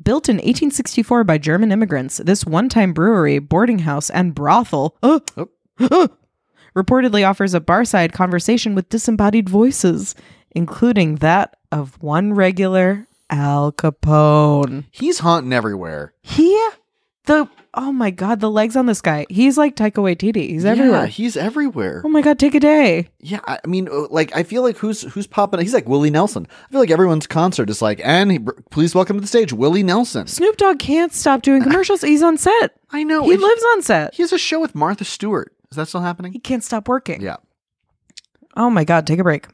Speaker 2: Built in 1864 by German immigrants, this one time brewery, boarding house, and brothel uh,
Speaker 1: Oh.
Speaker 2: uh, reportedly offers a barside conversation with disembodied voices, including that of one regular Al Capone.
Speaker 1: He's haunting everywhere.
Speaker 2: He, the, oh my God, the legs on this guy. He's like Taika Waititi. He's
Speaker 1: Yeah,
Speaker 2: everywhere.
Speaker 1: he's everywhere.
Speaker 2: Oh my God, take a day.
Speaker 1: Yeah, I I mean, uh, like, I feel like who's who's popping? He's like Willie Nelson. I feel like everyone's concert is like, and he, br- please welcome to the stage Willie Nelson.
Speaker 2: Snoop Dogg can't stop doing commercials. He's on set.
Speaker 1: I know
Speaker 2: He
Speaker 1: and
Speaker 2: lives on set.
Speaker 1: He has a show with Martha Stewart. Is that still happening?
Speaker 2: He can't stop working.
Speaker 1: Yeah.
Speaker 2: Oh my God, take a break.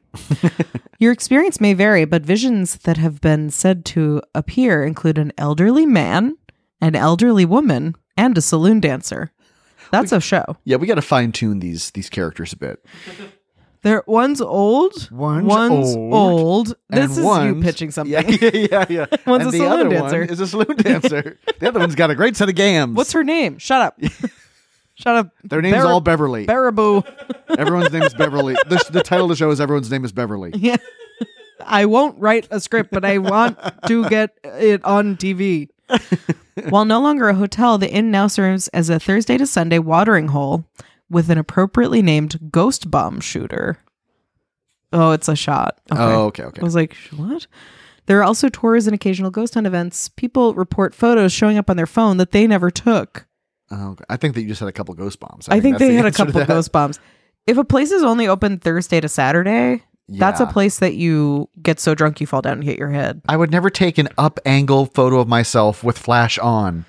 Speaker 2: Your experience may vary, but visions that have been said to appear include an elderly man, an elderly woman, and a saloon dancer. That's a show.
Speaker 1: Yeah, we got to fine tune these these characters a bit.
Speaker 2: There, one's old,
Speaker 1: One's old,
Speaker 2: old. This
Speaker 1: And
Speaker 2: is you
Speaker 1: one's-
Speaker 2: pitching something.
Speaker 1: Yeah, yeah, yeah. yeah.
Speaker 2: One's
Speaker 1: and
Speaker 2: a
Speaker 1: the
Speaker 2: saloon
Speaker 1: other
Speaker 2: dancer.
Speaker 1: one is a saloon dancer. the other one's got a great set of games.
Speaker 2: What's her name? Shut up. Shut up.
Speaker 1: Their name's
Speaker 2: Ber-
Speaker 1: all Beverly.
Speaker 2: Baraboo.
Speaker 1: Everyone's name is Beverly. The, the title of the show is Everyone's Name is Beverly.
Speaker 2: Yeah. I won't write a script, but I want to get it on TV. While no longer a hotel, the inn now serves as a Thursday to Sunday watering hole with an appropriately named ghost bomb shooter. Oh, it's a shot. Okay.
Speaker 1: Oh, okay, okay.
Speaker 2: I was like, what? There are also tours and occasional ghost hunt events. People report photos showing up on their phone that they never took.
Speaker 1: Oh, okay. I think that you just had a couple ghost bombs.
Speaker 2: I think
Speaker 1: that's
Speaker 2: they
Speaker 1: the
Speaker 2: had a
Speaker 1: answer to
Speaker 2: couple
Speaker 1: that.
Speaker 2: ghost bombs. If a place is only open Thursday to Saturday, that's a
Speaker 1: Yeah.
Speaker 2: place that you get so drunk you fall down and hit your head.
Speaker 1: I would never take an up angle photo of myself with flash on.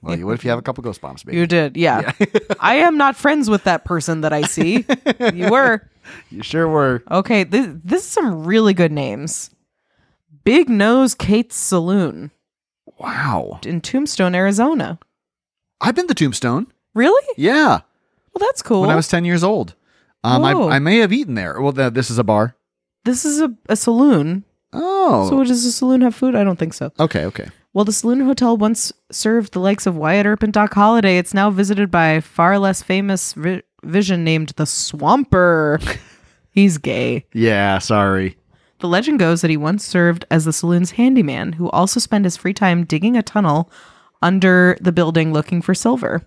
Speaker 1: well, you would if you have a couple ghost bombs, baby.
Speaker 2: You
Speaker 1: You,
Speaker 2: did, yeah. I am not friends with that person that I see. you were
Speaker 1: sure were.
Speaker 2: okay. This this is some really good names. Big Nose Kate's Saloon
Speaker 1: Wow.
Speaker 2: in Tombstone, Arizona.
Speaker 1: I've been to Tombstone.
Speaker 2: Really?
Speaker 1: Yeah.
Speaker 2: Well, that's cool.
Speaker 1: When I was 10 years old. Um, I,
Speaker 2: Whoa.
Speaker 1: I may have eaten there. Well, th- this is a bar.
Speaker 2: this is a, a saloon.
Speaker 1: Oh.
Speaker 2: So does the saloon have food? I don't think so.
Speaker 1: okay, okay.
Speaker 2: While the Saloon Hotel once served the likes of Wyatt Earp and Doc Holliday, it's now visited by far less famous vi- vision named the Swamper. He's gay.
Speaker 1: Yeah, sorry.
Speaker 2: The legend goes that he once served as the saloon's handyman, who also spent his free time digging a tunnel under the building looking for silver.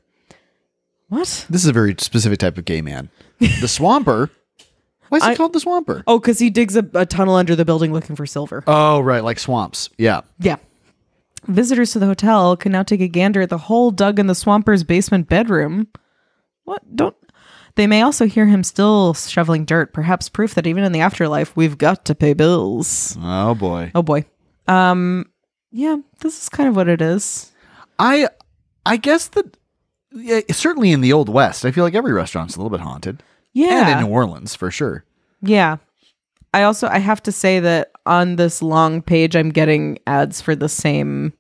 Speaker 2: What?
Speaker 1: This is a very specific type of gay man. The Swamper? Why is it
Speaker 2: I-
Speaker 1: called the Swamper?
Speaker 2: Oh, because he digs a, a tunnel under the building looking for silver.
Speaker 1: Oh, right. Like swamps. Yeah.
Speaker 2: Yeah. Visitors to the hotel can now take a gander at the hole dug in the swamper's basement bedroom. What? Don't. They may also hear him still shoveling dirt, perhaps proof that even in the afterlife, we've got to pay bills.
Speaker 1: Oh boy.
Speaker 2: Oh boy. Um, yeah, this is kind of what it is.
Speaker 1: I I guess that yeah, certainly in the old west, I feel like every restaurant's a little bit haunted.
Speaker 2: Yeah.
Speaker 1: And in New Orleans for sure.
Speaker 2: Yeah. I also I have to say that on this long page I'm getting ads for the same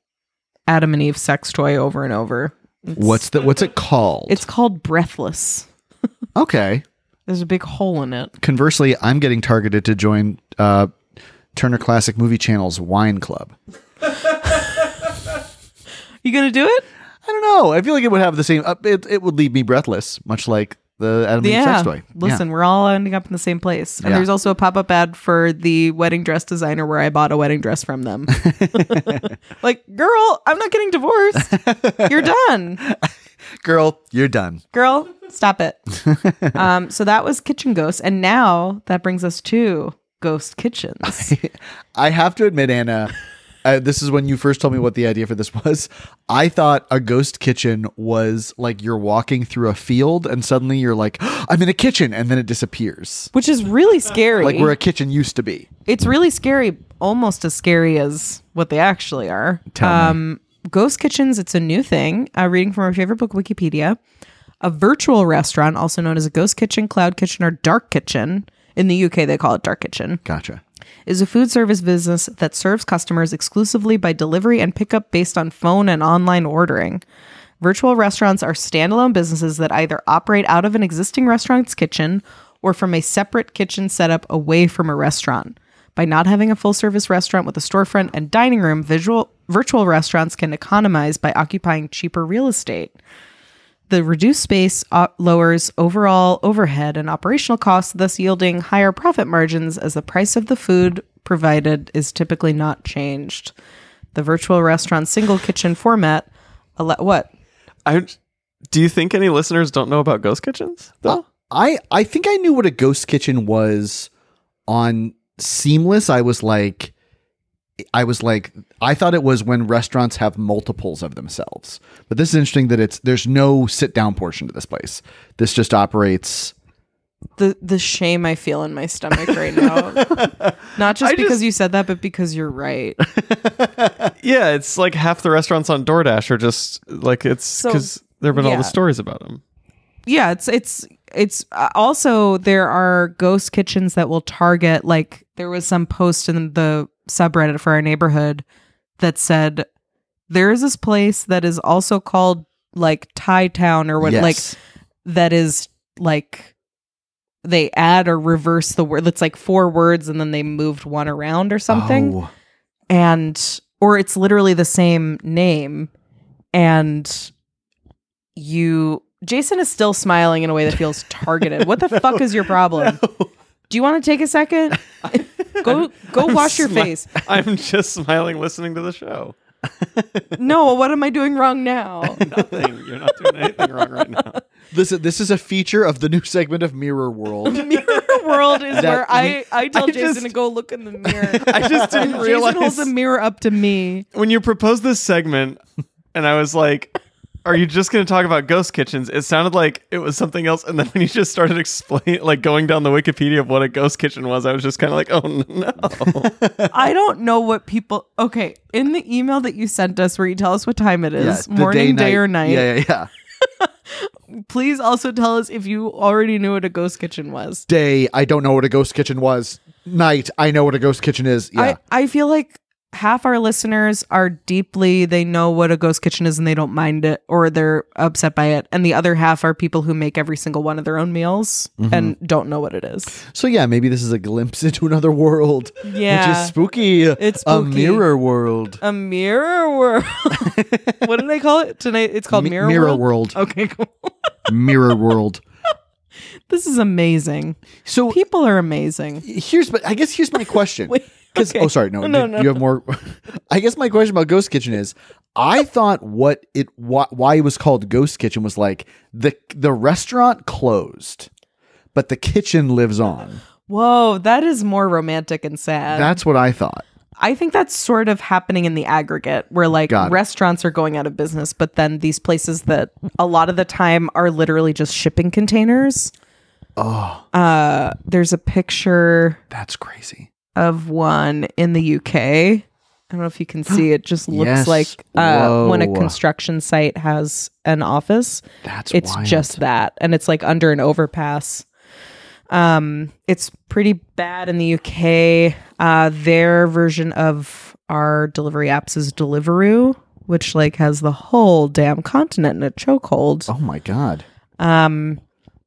Speaker 2: Adam and Eve sex toy over and over. It's,
Speaker 1: What's the what's it called?
Speaker 2: it's called Breathless.
Speaker 1: okay.
Speaker 2: There's a big hole in it.
Speaker 1: Conversely, I'm getting targeted to join uh, Turner Classic Movie Channel's wine club.
Speaker 2: You gonna do it?
Speaker 1: I don't know. I feel like it would have the same. Uh, it, it would leave me breathless, much like the Adam and Eve sex toy.
Speaker 2: Listen, we're all ending up in the same place. And
Speaker 1: Yeah.
Speaker 2: there's also a pop-up ad for the wedding dress designer where I bought a wedding dress from them. like, girl, I'm not getting divorced. You're done.
Speaker 1: Yeah. girl, you're done.
Speaker 2: girl stop it um so that was kitchen ghosts and now that brings us to ghost kitchens
Speaker 1: I have to admit, Anna, uh, this is when you first told me what the idea for this was. I thought a ghost kitchen was like you're walking through a field and suddenly you're like, I'm in a kitchen, and then it disappears.
Speaker 2: which is really scary
Speaker 1: Like where a kitchen used to be.
Speaker 2: it's really scary almost as scary as what they actually are
Speaker 1: Tell me.
Speaker 2: um ghost kitchens it's a new thing uh, reading from our favorite book wikipedia a virtual restaurant also known as a ghost kitchen cloud kitchen or dark kitchen in the uk they call it dark kitchen
Speaker 1: Gotcha.
Speaker 2: is a food service business that serves customers exclusively by delivery and pickup based on phone and online ordering. Virtual restaurants are standalone businesses that either operate out of an existing restaurant's kitchen or from a separate kitchen setup away from a restaurant. By not having a full service restaurant with a storefront and dining room, visual, virtual restaurants can economize by occupying cheaper real estate. The reduced space uh, lowers overall overhead and operational costs, thus yielding higher profit margins as the price of the food provided is typically not changed. The virtual restaurant single kitchen format, allow- what?
Speaker 3: I do you think any listeners don't know about ghost kitchens? Though?
Speaker 1: Uh, I I think I knew what a ghost kitchen was on Seamless. I was like I was like I thought it was when restaurants have multiples of themselves. But this is interesting that it's there's no sit down portion to this place. This just operates
Speaker 2: The the shame I feel in my stomach right now. not just
Speaker 3: I
Speaker 2: because
Speaker 3: just-
Speaker 2: you said that, but because you're right.
Speaker 3: yeah, it's like half the restaurants on DoorDash are just like it's
Speaker 2: So,
Speaker 3: because there have been all
Speaker 2: yeah.
Speaker 3: the stories about them.
Speaker 2: yeah, it's it's it's uh, also there are ghost kitchens that will target like there was some post in the subreddit for our neighborhood that said there is this place that is also called like Thai Town or what
Speaker 1: Yes.
Speaker 2: like that is like they add or reverse the word that's like four words and then they moved one around or something
Speaker 1: Oh,
Speaker 2: and or it's literally the same name and you Jason is still smiling in a way that feels targeted. What the fuck is your problem? Do you want to take a second? go go wash your
Speaker 3: Smi-
Speaker 2: face.
Speaker 3: I'm just smiling listening to the show.
Speaker 2: No, what am I doing wrong now?
Speaker 3: Nothing. You're not doing anything wrong right now.
Speaker 1: This is this is a feature of the new segment of Mirror World.
Speaker 2: Mirror world is where I, I tell
Speaker 3: I
Speaker 2: Jason
Speaker 3: just-
Speaker 2: to go look in the mirror.
Speaker 3: I just didn't
Speaker 2: Jason holds
Speaker 3: realize
Speaker 2: a mirror up to me.
Speaker 3: when you proposed this segment, and I was like, "Are you just going to talk about ghost kitchens?" It sounded like it was something else, and then when you just started explaining, like going down the Wikipedia of what a ghost kitchen was, I was just kind of like, "Oh no!"
Speaker 2: I don't know what people. Okay, in the email that you sent us, where you tell us what time it
Speaker 1: Yeah,
Speaker 2: is,
Speaker 1: the
Speaker 2: morning, day, or night.
Speaker 1: Yeah, yeah, yeah.
Speaker 2: Please also tell us if you already knew what a ghost kitchen was.
Speaker 1: Day, I don't know what a ghost kitchen was. Night, I know what a ghost kitchen is. Yeah.
Speaker 2: I, I feel like half our listeners are deeply, they know what a ghost kitchen is and they don't mind it or they're upset by it. And the other half are people who make every single one of their own meals
Speaker 1: Mm-hmm.
Speaker 2: and don't know what it is.
Speaker 1: So yeah, maybe this is a glimpse into another world.
Speaker 2: Hmm.
Speaker 1: Which
Speaker 2: Yeah.
Speaker 1: is spooky.
Speaker 2: It's spooky.
Speaker 1: a mirror world.
Speaker 2: A mirror world. what did I call it tonight? It's called
Speaker 1: Mi-
Speaker 2: Mirror,
Speaker 1: mirror
Speaker 2: World. Oh.
Speaker 1: world.
Speaker 2: Okay, cool.
Speaker 1: mirror world.
Speaker 2: This is amazing.
Speaker 1: So
Speaker 2: People are amazing.
Speaker 1: here's but I guess here's my question.
Speaker 2: Wait,
Speaker 1: 'Cause-
Speaker 2: okay.
Speaker 1: Oh sorry, no,
Speaker 2: No,
Speaker 1: you,
Speaker 2: no,
Speaker 1: you have more I guess my question about Ghost Kitchen is I thought what it why, why it was called Ghost Kitchen was like the the restaurant closed, but the kitchen lives on.
Speaker 2: Whoa, that is more romantic and sad.
Speaker 1: That's what I thought.
Speaker 2: I think that's sort of happening in the aggregate where like
Speaker 1: Got it.
Speaker 2: restaurants are going out of business, but then these places that a lot of the time are literally just shipping containers
Speaker 1: Oh,
Speaker 2: Uh, there's a picture
Speaker 1: that's crazy.
Speaker 2: of one in the UK. I don't know if you can see it. Just looks
Speaker 1: Yes.
Speaker 2: like uh, when a
Speaker 1: Whoa.
Speaker 2: construction site has an office.
Speaker 1: That's
Speaker 2: it's
Speaker 1: wild.
Speaker 2: just that and it's like under an overpass um it's pretty bad in the uk uh their version of our delivery apps is deliveroo which like has the whole damn continent in a chokehold
Speaker 1: Oh my god,
Speaker 2: um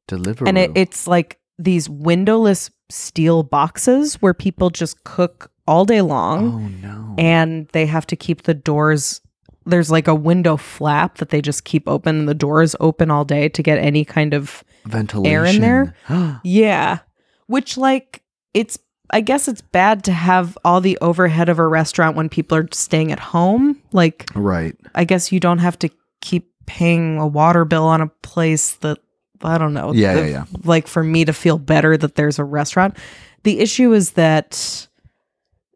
Speaker 1: delivery.
Speaker 2: and it, it's like these windowless steel boxes where people just cook all day long
Speaker 1: oh no.
Speaker 2: and they have to keep the doors there's like a window flap that they just keep open and the doors open all day to get any kind of
Speaker 1: ventilation
Speaker 2: there? yeah which like it's i guess it's bad to have all the overhead of a restaurant when people are staying at home like
Speaker 1: right.
Speaker 2: i guess you don't have to keep paying a water bill on a place that i don't know
Speaker 1: Yeah,
Speaker 2: the-
Speaker 1: yeah, yeah.
Speaker 2: like for me to feel better that there's a restaurant the issue is that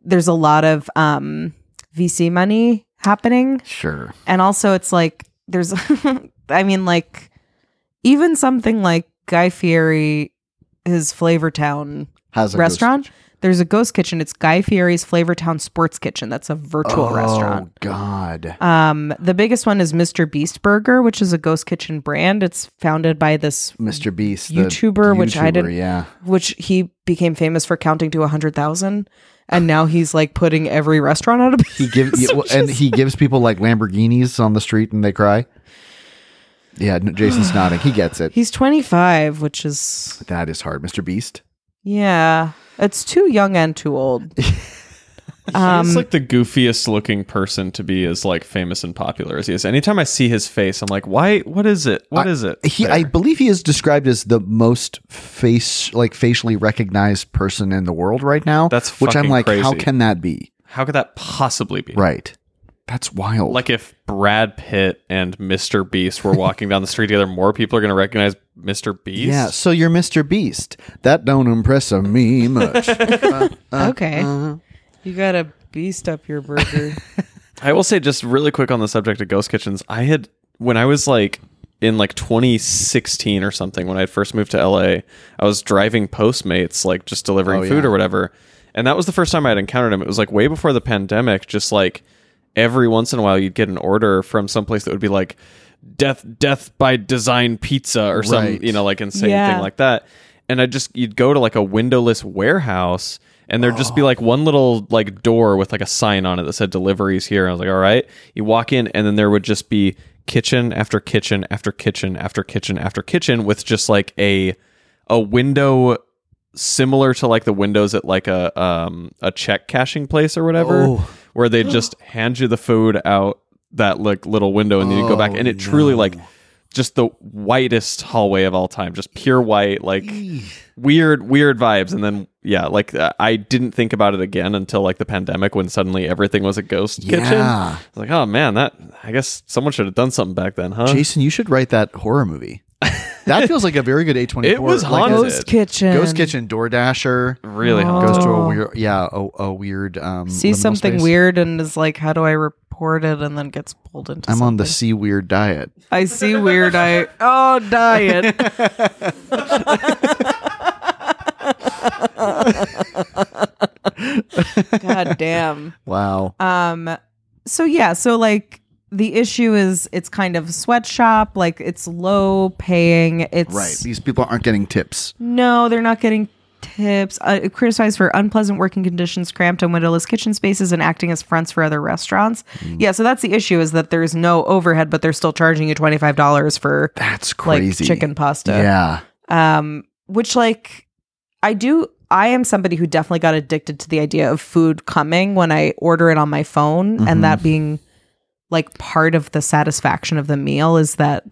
Speaker 2: there's a lot of um vc money happening
Speaker 1: Sure.
Speaker 2: and also, it's like there's, I mean, like even something like Guy Fieri, his Flavortown
Speaker 1: Has a ghost
Speaker 2: restaurant. There's a ghost kitchen. It's Guy Fieri's Flavortown Sports Kitchen. That's a virtual
Speaker 1: oh,
Speaker 2: restaurant.
Speaker 1: God.
Speaker 2: Um, the biggest one is Mr. Beast Burger, which is a ghost kitchen brand. It's founded by this,
Speaker 1: Mr. Beast, the
Speaker 2: YouTuber, which I
Speaker 1: YouTuber,
Speaker 2: didn't-
Speaker 1: Yeah.
Speaker 2: which he became famous for counting to hundred thousand, and now he's like putting every restaurant out of business.
Speaker 1: He gives yeah, well, and he gives people like Lamborghinis on the street and they cry. Yeah, no, Jason's nodding. He gets it.
Speaker 2: He's twenty five, which is
Speaker 1: That is hard, Mr. Beast.
Speaker 2: Yeah, it's too young and too old. um,
Speaker 3: He's like the goofiest looking person to be as like famous and popular as he is. Anytime I see his face, I'm like, why? What is it? What is it?
Speaker 1: He, I believe he is described as the most face, like facially recognized person in the world right now.
Speaker 3: That's
Speaker 1: which I'm
Speaker 3: fucking
Speaker 1: like, how
Speaker 3: crazy.
Speaker 1: can that be?
Speaker 3: How could that possibly be?
Speaker 1: Right. That's wild.
Speaker 3: Like if Brad Pitt and Mr. Beast were walking down the street together, more people are going to recognize Mr. Beast.
Speaker 1: yeah. So you're Mr. Beast. That don't impress me much.
Speaker 2: okay,
Speaker 1: Uh-huh.
Speaker 2: you gotta beast up your burger.
Speaker 3: I will say just really quick on the subject of ghost kitchens. I had when I was like in like 2016 or something when I had first moved to LA, I was driving Postmates like just delivering food or whatever. And that was the first time I had encountered him. It was like way before the pandemic, just like every once in a while you'd get an order from someplace that would be like death death by design pizza or some
Speaker 1: Right.
Speaker 3: you know like insane
Speaker 2: Yeah.
Speaker 3: thing like that and i just you'd go to like a windowless warehouse and there'd just be like one little like door with like a sign on it that said deliveries here and i was like all right you walk in and then there would just be kitchen after kitchen after kitchen after kitchen after kitchen with just like a a window similar to like the windows at like a um a check cashing place or whatever where they just hand you the food out that like little window and then you go back and it truly like just the whitest hallway of all time just pure white like weird weird vibes and then yeah like uh, i didn't think about it again until like the pandemic when suddenly everything was a ghost kitchen
Speaker 1: Yeah.
Speaker 3: I was like oh man that i guess someone should have done something back then huh
Speaker 1: Jason, you should write that horror movie. That feels like a very good A24.
Speaker 3: It was
Speaker 1: like a
Speaker 3: haunted.
Speaker 2: Ghost kitchen.
Speaker 1: Ghost Kitchen, Door Dasher.
Speaker 3: really
Speaker 2: Oh.
Speaker 3: haunted.
Speaker 1: Goes to a
Speaker 2: Oh.
Speaker 1: weird, yeah, a, a weird. Um,
Speaker 2: See
Speaker 1: liminal
Speaker 2: something
Speaker 1: space.
Speaker 2: weird and is like, how do I report it? And then gets pulled into.
Speaker 1: I'm on the
Speaker 2: something.
Speaker 1: sea weird diet.
Speaker 2: I see weird. I oh diet. God damn.
Speaker 1: Wow.
Speaker 2: Um so yeah, so like the issue is it's kind of a sweatshop, like it's low paying. It's
Speaker 1: right. These people aren't getting tips.
Speaker 2: No, they're not getting tips. Uh, criticized for unpleasant working conditions, cramped and windowless kitchen spaces and acting as fronts for other restaurants. Yeah, so that's the issue is that there's no overhead but they're still charging you $25 for
Speaker 1: That's
Speaker 2: like
Speaker 1: crazy.
Speaker 2: chicken pasta
Speaker 1: Yeah.
Speaker 2: um which like i do i am somebody who definitely got addicted to the idea of food coming when i order it on my phone
Speaker 1: Mhm.
Speaker 2: and that being like part of the satisfaction of the meal is that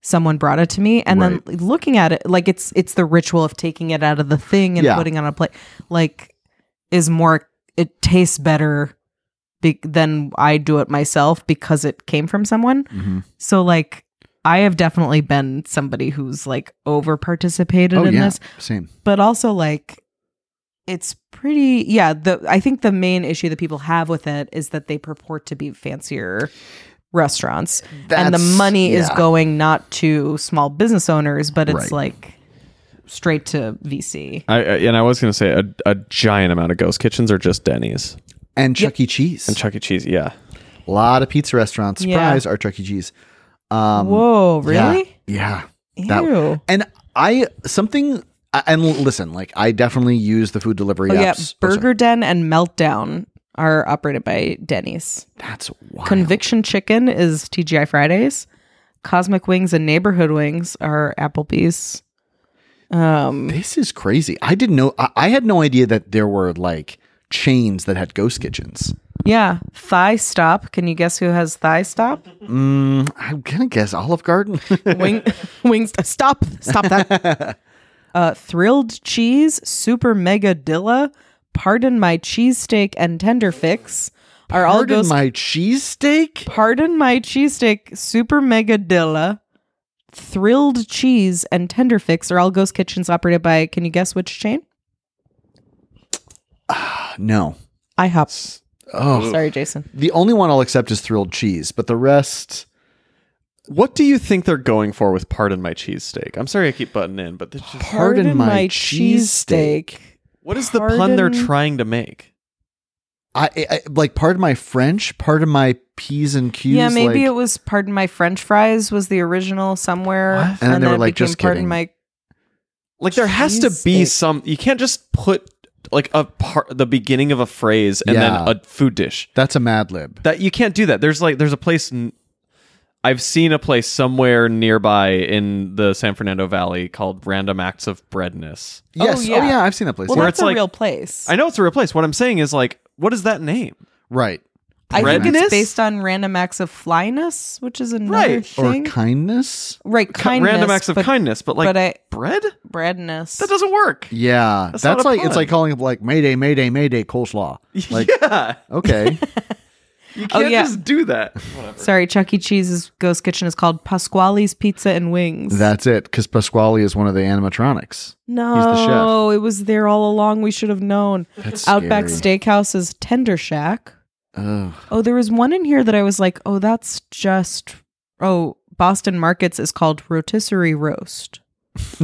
Speaker 2: someone brought it to me and then looking at it like it's it's the ritual of taking it out of the thing and
Speaker 1: Yeah.
Speaker 2: putting it on a plate like is more it tastes better be- than i do it myself because it came from someone
Speaker 1: Mhm.
Speaker 2: so like I have definitely been somebody who's like over participated
Speaker 1: Oh
Speaker 2: in
Speaker 1: yeah.
Speaker 2: this,
Speaker 1: Same.
Speaker 2: but also like it's pretty yeah, the I think the main issue that people have with it is that they purport to be fancier restaurants and the
Speaker 1: That's-
Speaker 2: money is
Speaker 1: yeah.
Speaker 2: going not to small business owners, but it's
Speaker 1: Right.
Speaker 2: like straight to VC.
Speaker 3: I, I and I was gonna say a, a giant amount of ghost kitchens are just Denny's
Speaker 1: and Chuck E. Cheese.
Speaker 3: and Chuck E. Cheese. Yeah,
Speaker 1: a lot of pizza restaurants,
Speaker 2: Yeah.
Speaker 1: surprise, are Chuck E. Cheese. Um,
Speaker 2: Whoa,
Speaker 1: yeah,
Speaker 2: really?
Speaker 1: Yeah.
Speaker 2: Ew.
Speaker 1: and I something I- and listen, like I definitely use the food delivery
Speaker 2: Oh yeah,
Speaker 1: apps. Oh, sorry.
Speaker 2: Burger Den and Meltdown are operated by Denny's.
Speaker 1: That's wild.
Speaker 2: Conviction Chicken is TGI Fridays. Cosmic Wings and Neighborhood Wings are Applebee's. Um,
Speaker 1: This is crazy. I didn't know. I, I had no idea that there were like chains that had ghost kitchens.
Speaker 2: yeah, Thigh Stop. Can you guess who has Thigh Stop?
Speaker 1: Mm, I'm gonna guess Olive Garden.
Speaker 2: Wing, wings. Stop, stop that. Uh, Thrilled Cheese, Super Mega Dilla, Pardon My Cheesesteak, and Tender Fix are all
Speaker 1: Pardon
Speaker 2: ghost.
Speaker 1: my cheesesteak.
Speaker 2: Pardon My Cheesesteak, Super Mega Dilla, Thrilled Cheese, and Tender Fix are all ghost kitchens operated by. Can you guess which chain?
Speaker 1: No.
Speaker 2: IHOP.
Speaker 1: Oh,
Speaker 2: Sorry, Jason.
Speaker 1: the only one I'll accept is thrilled cheese, but the rest.
Speaker 3: what do you think they're going for with pardon my cheesesteak? I'm sorry I keep butting in, but this just,
Speaker 1: Pardon my cheesesteak.
Speaker 2: cheesesteak.
Speaker 3: what is the pun they're
Speaker 2: Pardon-
Speaker 3: trying to make?
Speaker 1: I, I like pardon my French, pardon my p's and q's.
Speaker 2: Yeah, maybe
Speaker 1: like-
Speaker 2: it was Pardon My French Fries was the original somewhere,
Speaker 3: What?
Speaker 2: and,
Speaker 1: then they
Speaker 2: then
Speaker 1: were
Speaker 2: it
Speaker 1: like,
Speaker 2: became
Speaker 1: "Just kidding."
Speaker 2: Pardon My
Speaker 3: Like there has to be
Speaker 2: Cheesesteak.
Speaker 3: some. You can't just put like a part the beginning of a phrase and
Speaker 1: Yeah.
Speaker 3: then a food dish.
Speaker 1: That's a Mad Lib.
Speaker 2: Oh,
Speaker 3: That you can't do that. There's like there's a place. N- I've seen a place somewhere nearby in the San Fernando Valley called Random Acts of Breadness.
Speaker 1: Yes. Oh yeah.
Speaker 2: yeah.
Speaker 1: I've seen that place.
Speaker 2: Well,
Speaker 1: Yeah.
Speaker 3: Where
Speaker 2: that's
Speaker 3: it's
Speaker 2: a
Speaker 3: like-
Speaker 2: real place.
Speaker 3: I know it's a real place. What I'm saying is like, what is that name?
Speaker 1: right.
Speaker 2: I think
Speaker 3: Redness?
Speaker 2: it's based on random acts of flyness, which is another
Speaker 3: Right.
Speaker 1: Or
Speaker 2: thing.
Speaker 1: kindness.
Speaker 2: right,
Speaker 3: Ki-
Speaker 2: kindness.
Speaker 3: Random acts of
Speaker 2: but
Speaker 3: kindness, but like
Speaker 2: but I-
Speaker 3: bread?
Speaker 2: Breadness.
Speaker 3: That doesn't work.
Speaker 1: Yeah, that's,
Speaker 3: That's not a
Speaker 1: like it's
Speaker 3: pun.
Speaker 1: like calling up like Mayday, Mayday, Mayday, coleslaw. Like
Speaker 3: yeah,
Speaker 1: okay,
Speaker 3: you can't
Speaker 2: Oh, yeah.
Speaker 3: just do that.
Speaker 2: Sorry, Chuck E. Cheese's ghost kitchen is called Pasquale's Pizza and Wings.
Speaker 1: that's it. Because Pasquale is one of the animatronics.
Speaker 2: no,
Speaker 1: the chef.
Speaker 2: it was there all along. We should have known.
Speaker 1: That's
Speaker 2: Outback
Speaker 1: scary.
Speaker 2: Steakhouse is Tender Shack.
Speaker 1: Ugh.
Speaker 2: Oh, there was one in here that I was like, oh, that's just. Oh, Boston Markets is called Rotisserie Roast.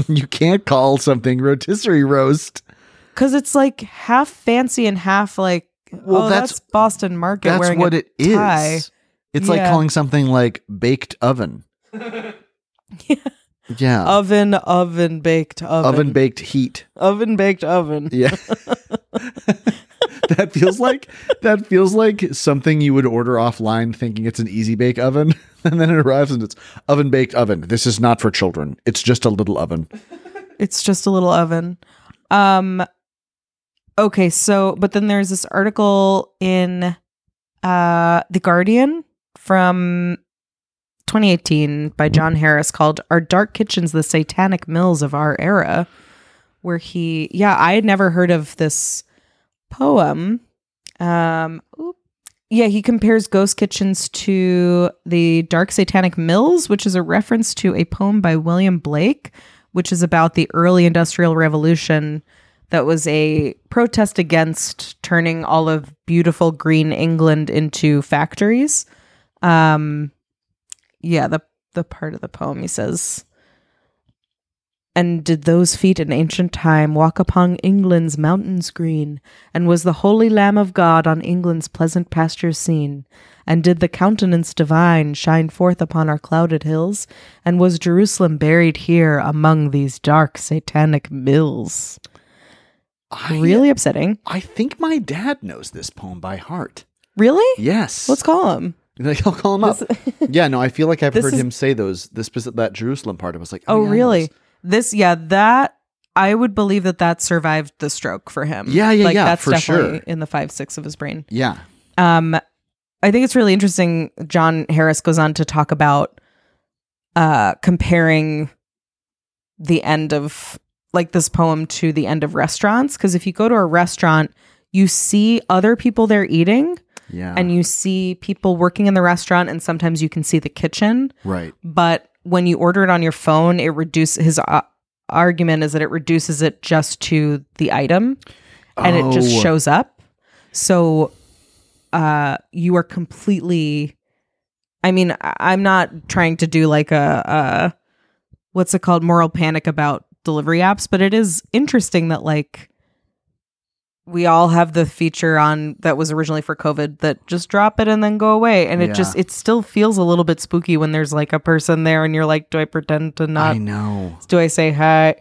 Speaker 1: you can't call something rotisserie roast.
Speaker 2: Because it's like half fancy and half like.
Speaker 1: Well,
Speaker 2: oh,
Speaker 1: that's-
Speaker 2: that's, Boston Market.
Speaker 1: That's
Speaker 2: wearing
Speaker 1: what
Speaker 2: a
Speaker 1: it is.
Speaker 2: tie.
Speaker 1: It's like
Speaker 2: Yeah.
Speaker 1: calling something like baked oven. yeah,
Speaker 2: Oven, oven, baked oven.
Speaker 1: oven baked heat.
Speaker 2: Oven baked oven.
Speaker 1: Yeah. that feels like that feels like something you would order offline thinking it's an easy bake oven and then it arrives and it's oven baked oven. This is not for children. It's just a little oven.
Speaker 2: It's just a little oven. Um okay, so but then there's this article in uh The Guardian from 2018 by John Harris called Are Dark Kitchens the Satanic Mills of Our Era? Where he yeah, I had never heard of this poem. Um oop. yeah, he compares ghost kitchens to the Dark Satanic Mills, which is a reference to a poem by William Blake which is about the early industrial revolution that was a protest against turning all of beautiful green England into factories. Um yeah, the the part of the poem he says and did those feet in ancient time walk upon England's mountains green? And was the holy Lamb of God on England's pleasant pastures seen? And did the countenance divine shine forth upon our clouded hills? And was Jerusalem buried here among these dark satanic mills?
Speaker 1: I,
Speaker 2: really upsetting.
Speaker 1: I think my dad knows this poem by heart.
Speaker 2: Really?
Speaker 1: Yes.
Speaker 2: Let's call him.
Speaker 1: Like, I'll call him up. yeah, no, I feel like I've
Speaker 2: This
Speaker 1: heard
Speaker 2: is-
Speaker 1: him say those this speci- that Jerusalem part. I was like,
Speaker 2: Oh,
Speaker 1: yeah, I know
Speaker 2: really?
Speaker 1: this.
Speaker 2: This, yeah, that I would believe that that survived the stroke for him.
Speaker 1: Yeah, yeah,
Speaker 2: like,
Speaker 1: yeah,
Speaker 2: That's
Speaker 1: for
Speaker 2: definitely
Speaker 1: sure.
Speaker 2: in the five six of his brain.
Speaker 1: Yeah.
Speaker 2: Um, I think it's really interesting. John Harris goes on to talk about uh, comparing the end of like this poem to the end of restaurants because if you go to a restaurant, you see other people there eating,
Speaker 1: Yeah.
Speaker 2: and you see people working in the restaurant, and sometimes you can see the kitchen
Speaker 1: right.
Speaker 2: but when you order it on your phone, it reduces his uh, argument is that it reduces it just to the item and it just
Speaker 1: Oh.
Speaker 2: shows up. So uh, you are completely. I mean, I- I'm not trying to do like a, uh what's it called moral panic about delivery apps, but it is interesting that like we all have the feature on that was originally for COVID that just drop it and then go away. And it
Speaker 1: Yeah.
Speaker 2: just it still feels a little bit spooky when there's like a person there and you're like, do I pretend to not?
Speaker 1: I know.
Speaker 2: Do I say hi?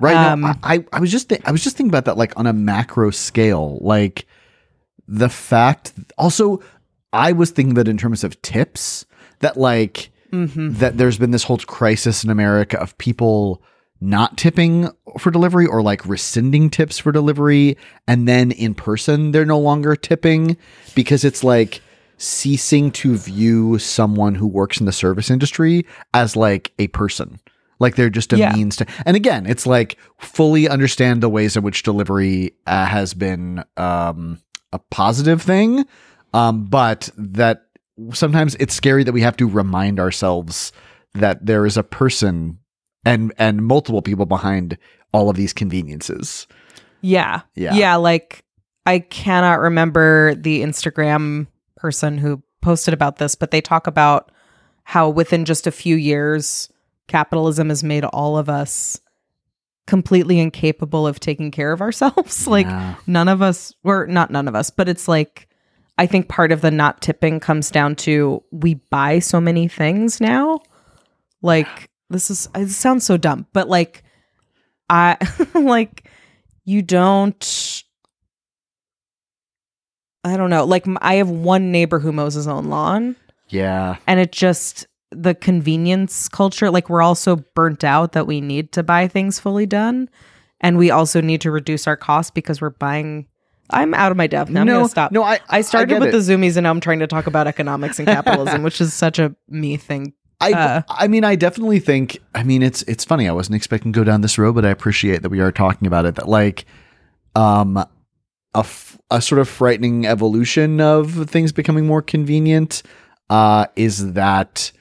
Speaker 1: Right now,
Speaker 2: Um,
Speaker 1: I, I- I was just th- I was just thinking about that like on a macro scale, like the fact. Also, I was thinking that in terms of tips, that like that there's been this whole crisis in America of people not tipping for delivery or like rescinding tips for delivery, and then in person they're no longer tipping because it's like ceasing to view someone who works in the service industry as like a person. Like they're just a
Speaker 2: Yeah.
Speaker 1: means to, and again, it's like fully understand the ways in which delivery uh, has been um, a positive thing, um, but that sometimes it's scary that we have to remind ourselves that there is a person and and multiple people behind all of these conveniences.
Speaker 2: Yeah.
Speaker 1: Yeah.
Speaker 2: Yeah. Like I cannot remember the Instagram person who posted about this, but they talk about how within just a few years, capitalism has made all of us completely incapable of taking care of ourselves. like
Speaker 1: Yeah.
Speaker 2: none of us, or not none of us, but it's like, I think part of the not tipping comes down to we buy so many things now. Like this is it sounds so dumb, but like I like you don't I don't know. Like m- I have one neighbor who mows his own lawn
Speaker 1: yeah,
Speaker 2: and it just the convenience culture like we're all so burnt out that we need to buy things fully done and we also need to reduce our costs because we're buying I'm out of my depth now. I'm
Speaker 1: No,
Speaker 2: going to stop.
Speaker 1: no, I- I
Speaker 2: I started
Speaker 1: get
Speaker 2: with
Speaker 1: it.
Speaker 2: the zoomies and now I'm trying to talk about economics and capitalism, which is such a me thing.
Speaker 1: I
Speaker 2: Uh.
Speaker 1: I mean I definitely think I mean it's it's funny I wasn't expecting to go down this road, but I appreciate that we are talking about it. That like, um, a f- a sort of frightening evolution of things becoming more convenient, uh, is that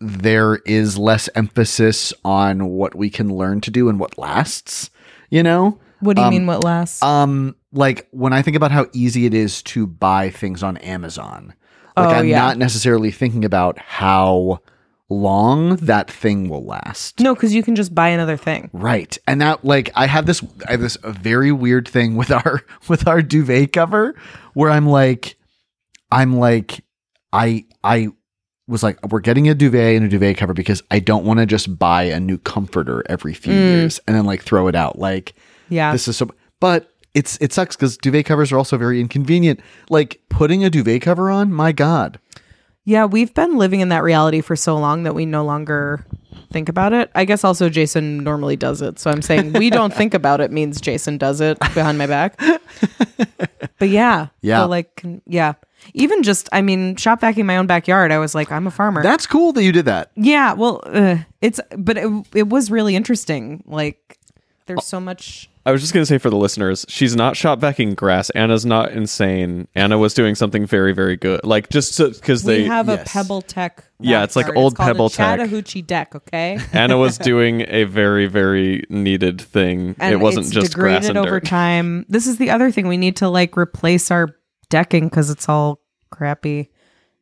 Speaker 1: there is less emphasis on what we can learn to do and what lasts. You know,
Speaker 2: What do you
Speaker 1: Um,
Speaker 2: mean what lasts?
Speaker 1: Um, like when I think about how easy it is to buy things on Amazon, like
Speaker 2: Oh,
Speaker 1: I'm
Speaker 2: yeah.
Speaker 1: not necessarily thinking about how long that thing will last.
Speaker 2: no, cuz you can just buy another thing.
Speaker 1: Right. And that like I have this I have this very weird thing with our with our duvet cover where I'm like I'm like I I was like we're getting a duvet and a duvet cover because I don't want to just buy a new comforter every few
Speaker 2: Mm.
Speaker 1: years and then like throw it out like
Speaker 2: Yeah.
Speaker 1: this is so but it's it sucks because duvet covers are also very inconvenient like putting a duvet cover on my god
Speaker 2: Yeah, we've been living in that reality for so long that we no longer think about it. I guess also Jason normally does it. So I'm saying we don't think about it means Jason does it behind my back. but yeah.
Speaker 1: Yeah.
Speaker 2: So like can- yeah. Even just I mean shop vacuuming my own backyard, I was like I'm a farmer.
Speaker 1: that's cool that you did that
Speaker 2: yeah, well uh, it's but it, it was really interesting. Like
Speaker 3: Oh,
Speaker 2: there's so much
Speaker 3: I was just gonna say for the listeners, she's not shop vacuuming grass. Anna's not insane. Anna was doing something very, very good. Like just because
Speaker 2: we
Speaker 3: they
Speaker 2: have
Speaker 1: yes.
Speaker 2: a Pebble Tech.
Speaker 3: Yeah, it's like
Speaker 2: backyard.
Speaker 3: old
Speaker 2: called a
Speaker 3: Pebble Tech.
Speaker 2: Chattahoochee deck, okay?
Speaker 3: Anna was doing a very, very needed thing.
Speaker 2: and
Speaker 3: it wasn't
Speaker 2: it's
Speaker 3: just
Speaker 2: degraded
Speaker 3: grass and
Speaker 2: over
Speaker 3: dirt.
Speaker 2: time. This is the other thing we need to like replace our decking because it's all crappy.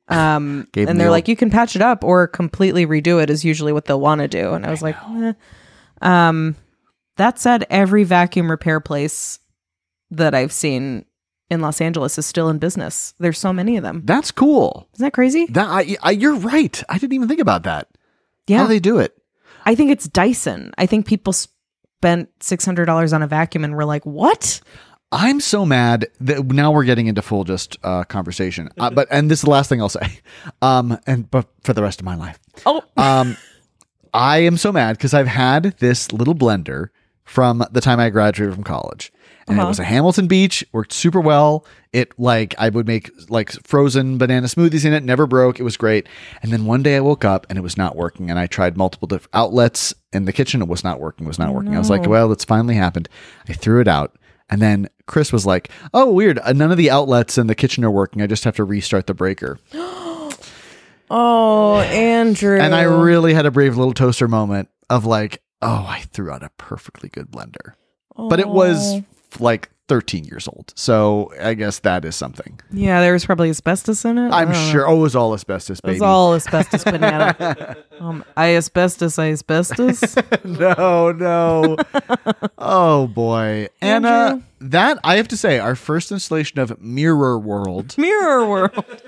Speaker 2: Um,
Speaker 1: Gave them
Speaker 2: and they're
Speaker 1: the
Speaker 2: like,
Speaker 1: old-
Speaker 2: you can patch it up or completely redo it is usually what they'll want to do. And I was like, eh. um, that said, every vacuum repair place that I've seen in Los Angeles is still in business. There's so many of them.
Speaker 1: that's cool
Speaker 2: Isn't that crazy?
Speaker 1: that I, I you're right i didn't even think about that
Speaker 2: yeah,
Speaker 1: how they do it
Speaker 2: I think it's Dyson. I think people spent six hundred dollars on a vacuum and were like, what?
Speaker 1: I'm so mad that now we're getting into full just uh, conversation. Uh, but and this is the last thing I'll say. Um, and but for the rest of my life.
Speaker 2: Oh.
Speaker 1: Um, I am so mad because I've had this little blender from the time I graduated from college, and it was a Hamilton Beach. Worked super well. It like I would make like frozen banana smoothies in it. Never broke. It was great. And then one day I woke up and it was not working. And I tried multiple different outlets in the kitchen. It was not working. Was not working. I was like, well, it's finally happened. I threw it out. And then Chris was like, "Oh, weird. Uh, none of the outlets in the kitchen are working. I just have to restart the breaker."
Speaker 2: Oh, Andrew.
Speaker 1: And I really had a brave little toaster moment of like, "Oh, I threw out a perfectly good blender." But it was like 13 years old. So I guess that is something.
Speaker 2: Yeah, there was probably asbestos in it. I
Speaker 1: I'm
Speaker 2: don't know.
Speaker 1: sure. Oh, it was all asbestos,
Speaker 2: It
Speaker 1: baby.
Speaker 2: was all asbestos banana. um, I asbestos, I asbestos.
Speaker 1: no, no. oh boy, Anna. That I have to say, our first installation of Mirror World.
Speaker 2: Mirror World.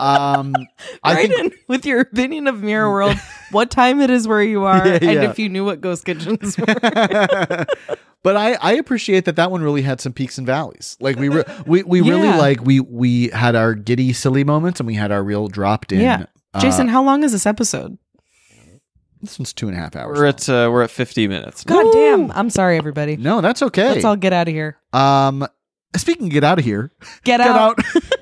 Speaker 1: Um, I
Speaker 2: Right
Speaker 1: think
Speaker 2: in with your opinion of Mirror World, what time it is where you are,
Speaker 1: Yeah,
Speaker 2: and
Speaker 1: yeah.
Speaker 2: if you knew what ghost kitchens were.
Speaker 1: but I, I appreciate that that one really had some peaks and valleys. Like we re- we we really
Speaker 2: Yeah.
Speaker 1: like we we had our giddy silly moments and we had our real dropped in.
Speaker 2: Yeah.
Speaker 1: uh,
Speaker 2: Jason, how long is this episode?
Speaker 1: this one's two and a half hours.
Speaker 3: We're
Speaker 1: long.
Speaker 3: at uh, we're at 50 minutes.
Speaker 2: God damn. I'm sorry, everybody.
Speaker 1: no, that's okay.
Speaker 2: Let's all get out of here.
Speaker 1: um, speaking of get out of here,
Speaker 2: Get,
Speaker 1: get
Speaker 2: out.
Speaker 1: out.